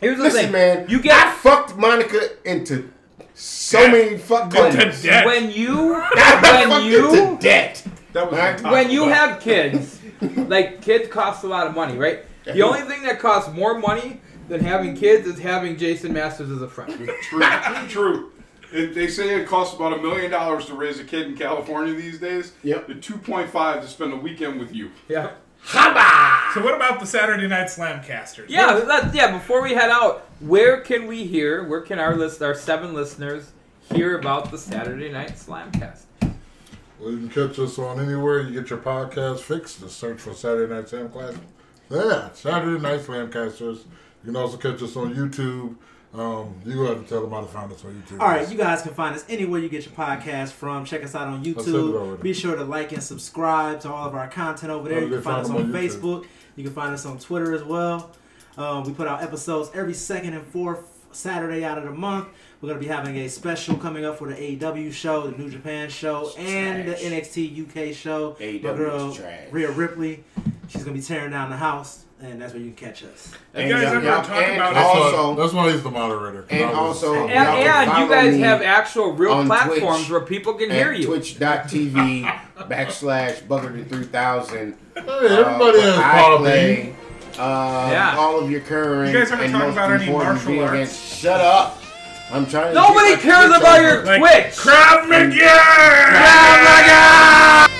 S2: here's the
S5: Listen,
S2: thing,
S5: man.
S2: You get
S5: I fucked Monica into so many fuck
S3: to
S5: buddies.
S3: debt.
S2: when
S5: *laughs*
S2: you
S5: I
S2: when
S5: fucked into
S2: you
S5: debt.
S1: That was
S5: Right.
S1: the top
S2: when you
S1: button.
S5: *laughs*
S2: have kids, like kids cost a lot of money, right? The only thing that costs more money than having kids is having Jason Masters as a
S5: *laughs*
S2: friend.
S1: True. True. It, they say it costs about a million dollars to raise a kid in California these days.
S5: Yep.
S1: The two point five to spend a weekend with you.
S2: Yeah.
S5: Haba.
S3: so what about the Saturday Night Slamcasters?
S2: Yeah, that's, yeah. Before we head out, where can we hear? Where can our list, our seven listeners, hear about the Saturday Night Slamcast?
S7: Well, you can catch us on anywhere you get your podcast fixed. Just search for Saturday Night Slamcasters. Yeah, Saturday Night Slamcasters. You can also catch us on YouTube. Um, you go ahead and tell them how to find us on YouTube.
S6: All right, you guys can find us anywhere you get your podcast from. Check us out on
S7: said it
S6: YouTube.
S7: already.
S6: Be sure to like and subscribe to all of our content over there.
S7: Oh,
S6: You
S7: they
S6: can find us
S7: found 'em
S6: on
S7: on YouTube.
S6: Facebook. You can find us on Twitter as well. Um, we put out episodes every second and fourth Saturday out of the month. We're going to be having a special coming up for the AEW show, the New Japan show, and the
S5: Trash.
S6: NXT UK show. My
S5: AEW is
S6: girl,
S5: trash.
S6: Rhea Ripley, she's going to be tearing down the house, and that's where you can catch us.
S3: You guys
S5: And-
S3: ever
S5: yeah,
S3: talk
S5: and
S3: about
S7: That's, also,
S5: also,
S7: why, that's why he's the moderator. 'cause
S5: And
S7: I was-
S5: also-
S2: And,
S5: Y'all can
S2: and you
S5: follow
S2: guys
S5: me
S2: have actual real
S5: on
S2: platforms
S5: Twitch
S2: where people can hear
S5: at
S2: you. *laughs*
S5: twitch.tv backslash bugger three thousand.
S7: hey, everybody has Paula B.
S5: Uh,
S2: Yeah.
S5: all of your current
S3: You guys aren't
S5: and
S3: talking
S5: most
S3: about any
S5: important
S3: martial
S5: video
S3: arts.
S5: games. Shut up! I'm trying. to
S2: Nobody
S5: get my
S2: cares
S5: Twitch
S2: about
S5: over.
S2: your
S3: like
S2: Twitch.
S3: Krav Maga?
S5: Krav Maga!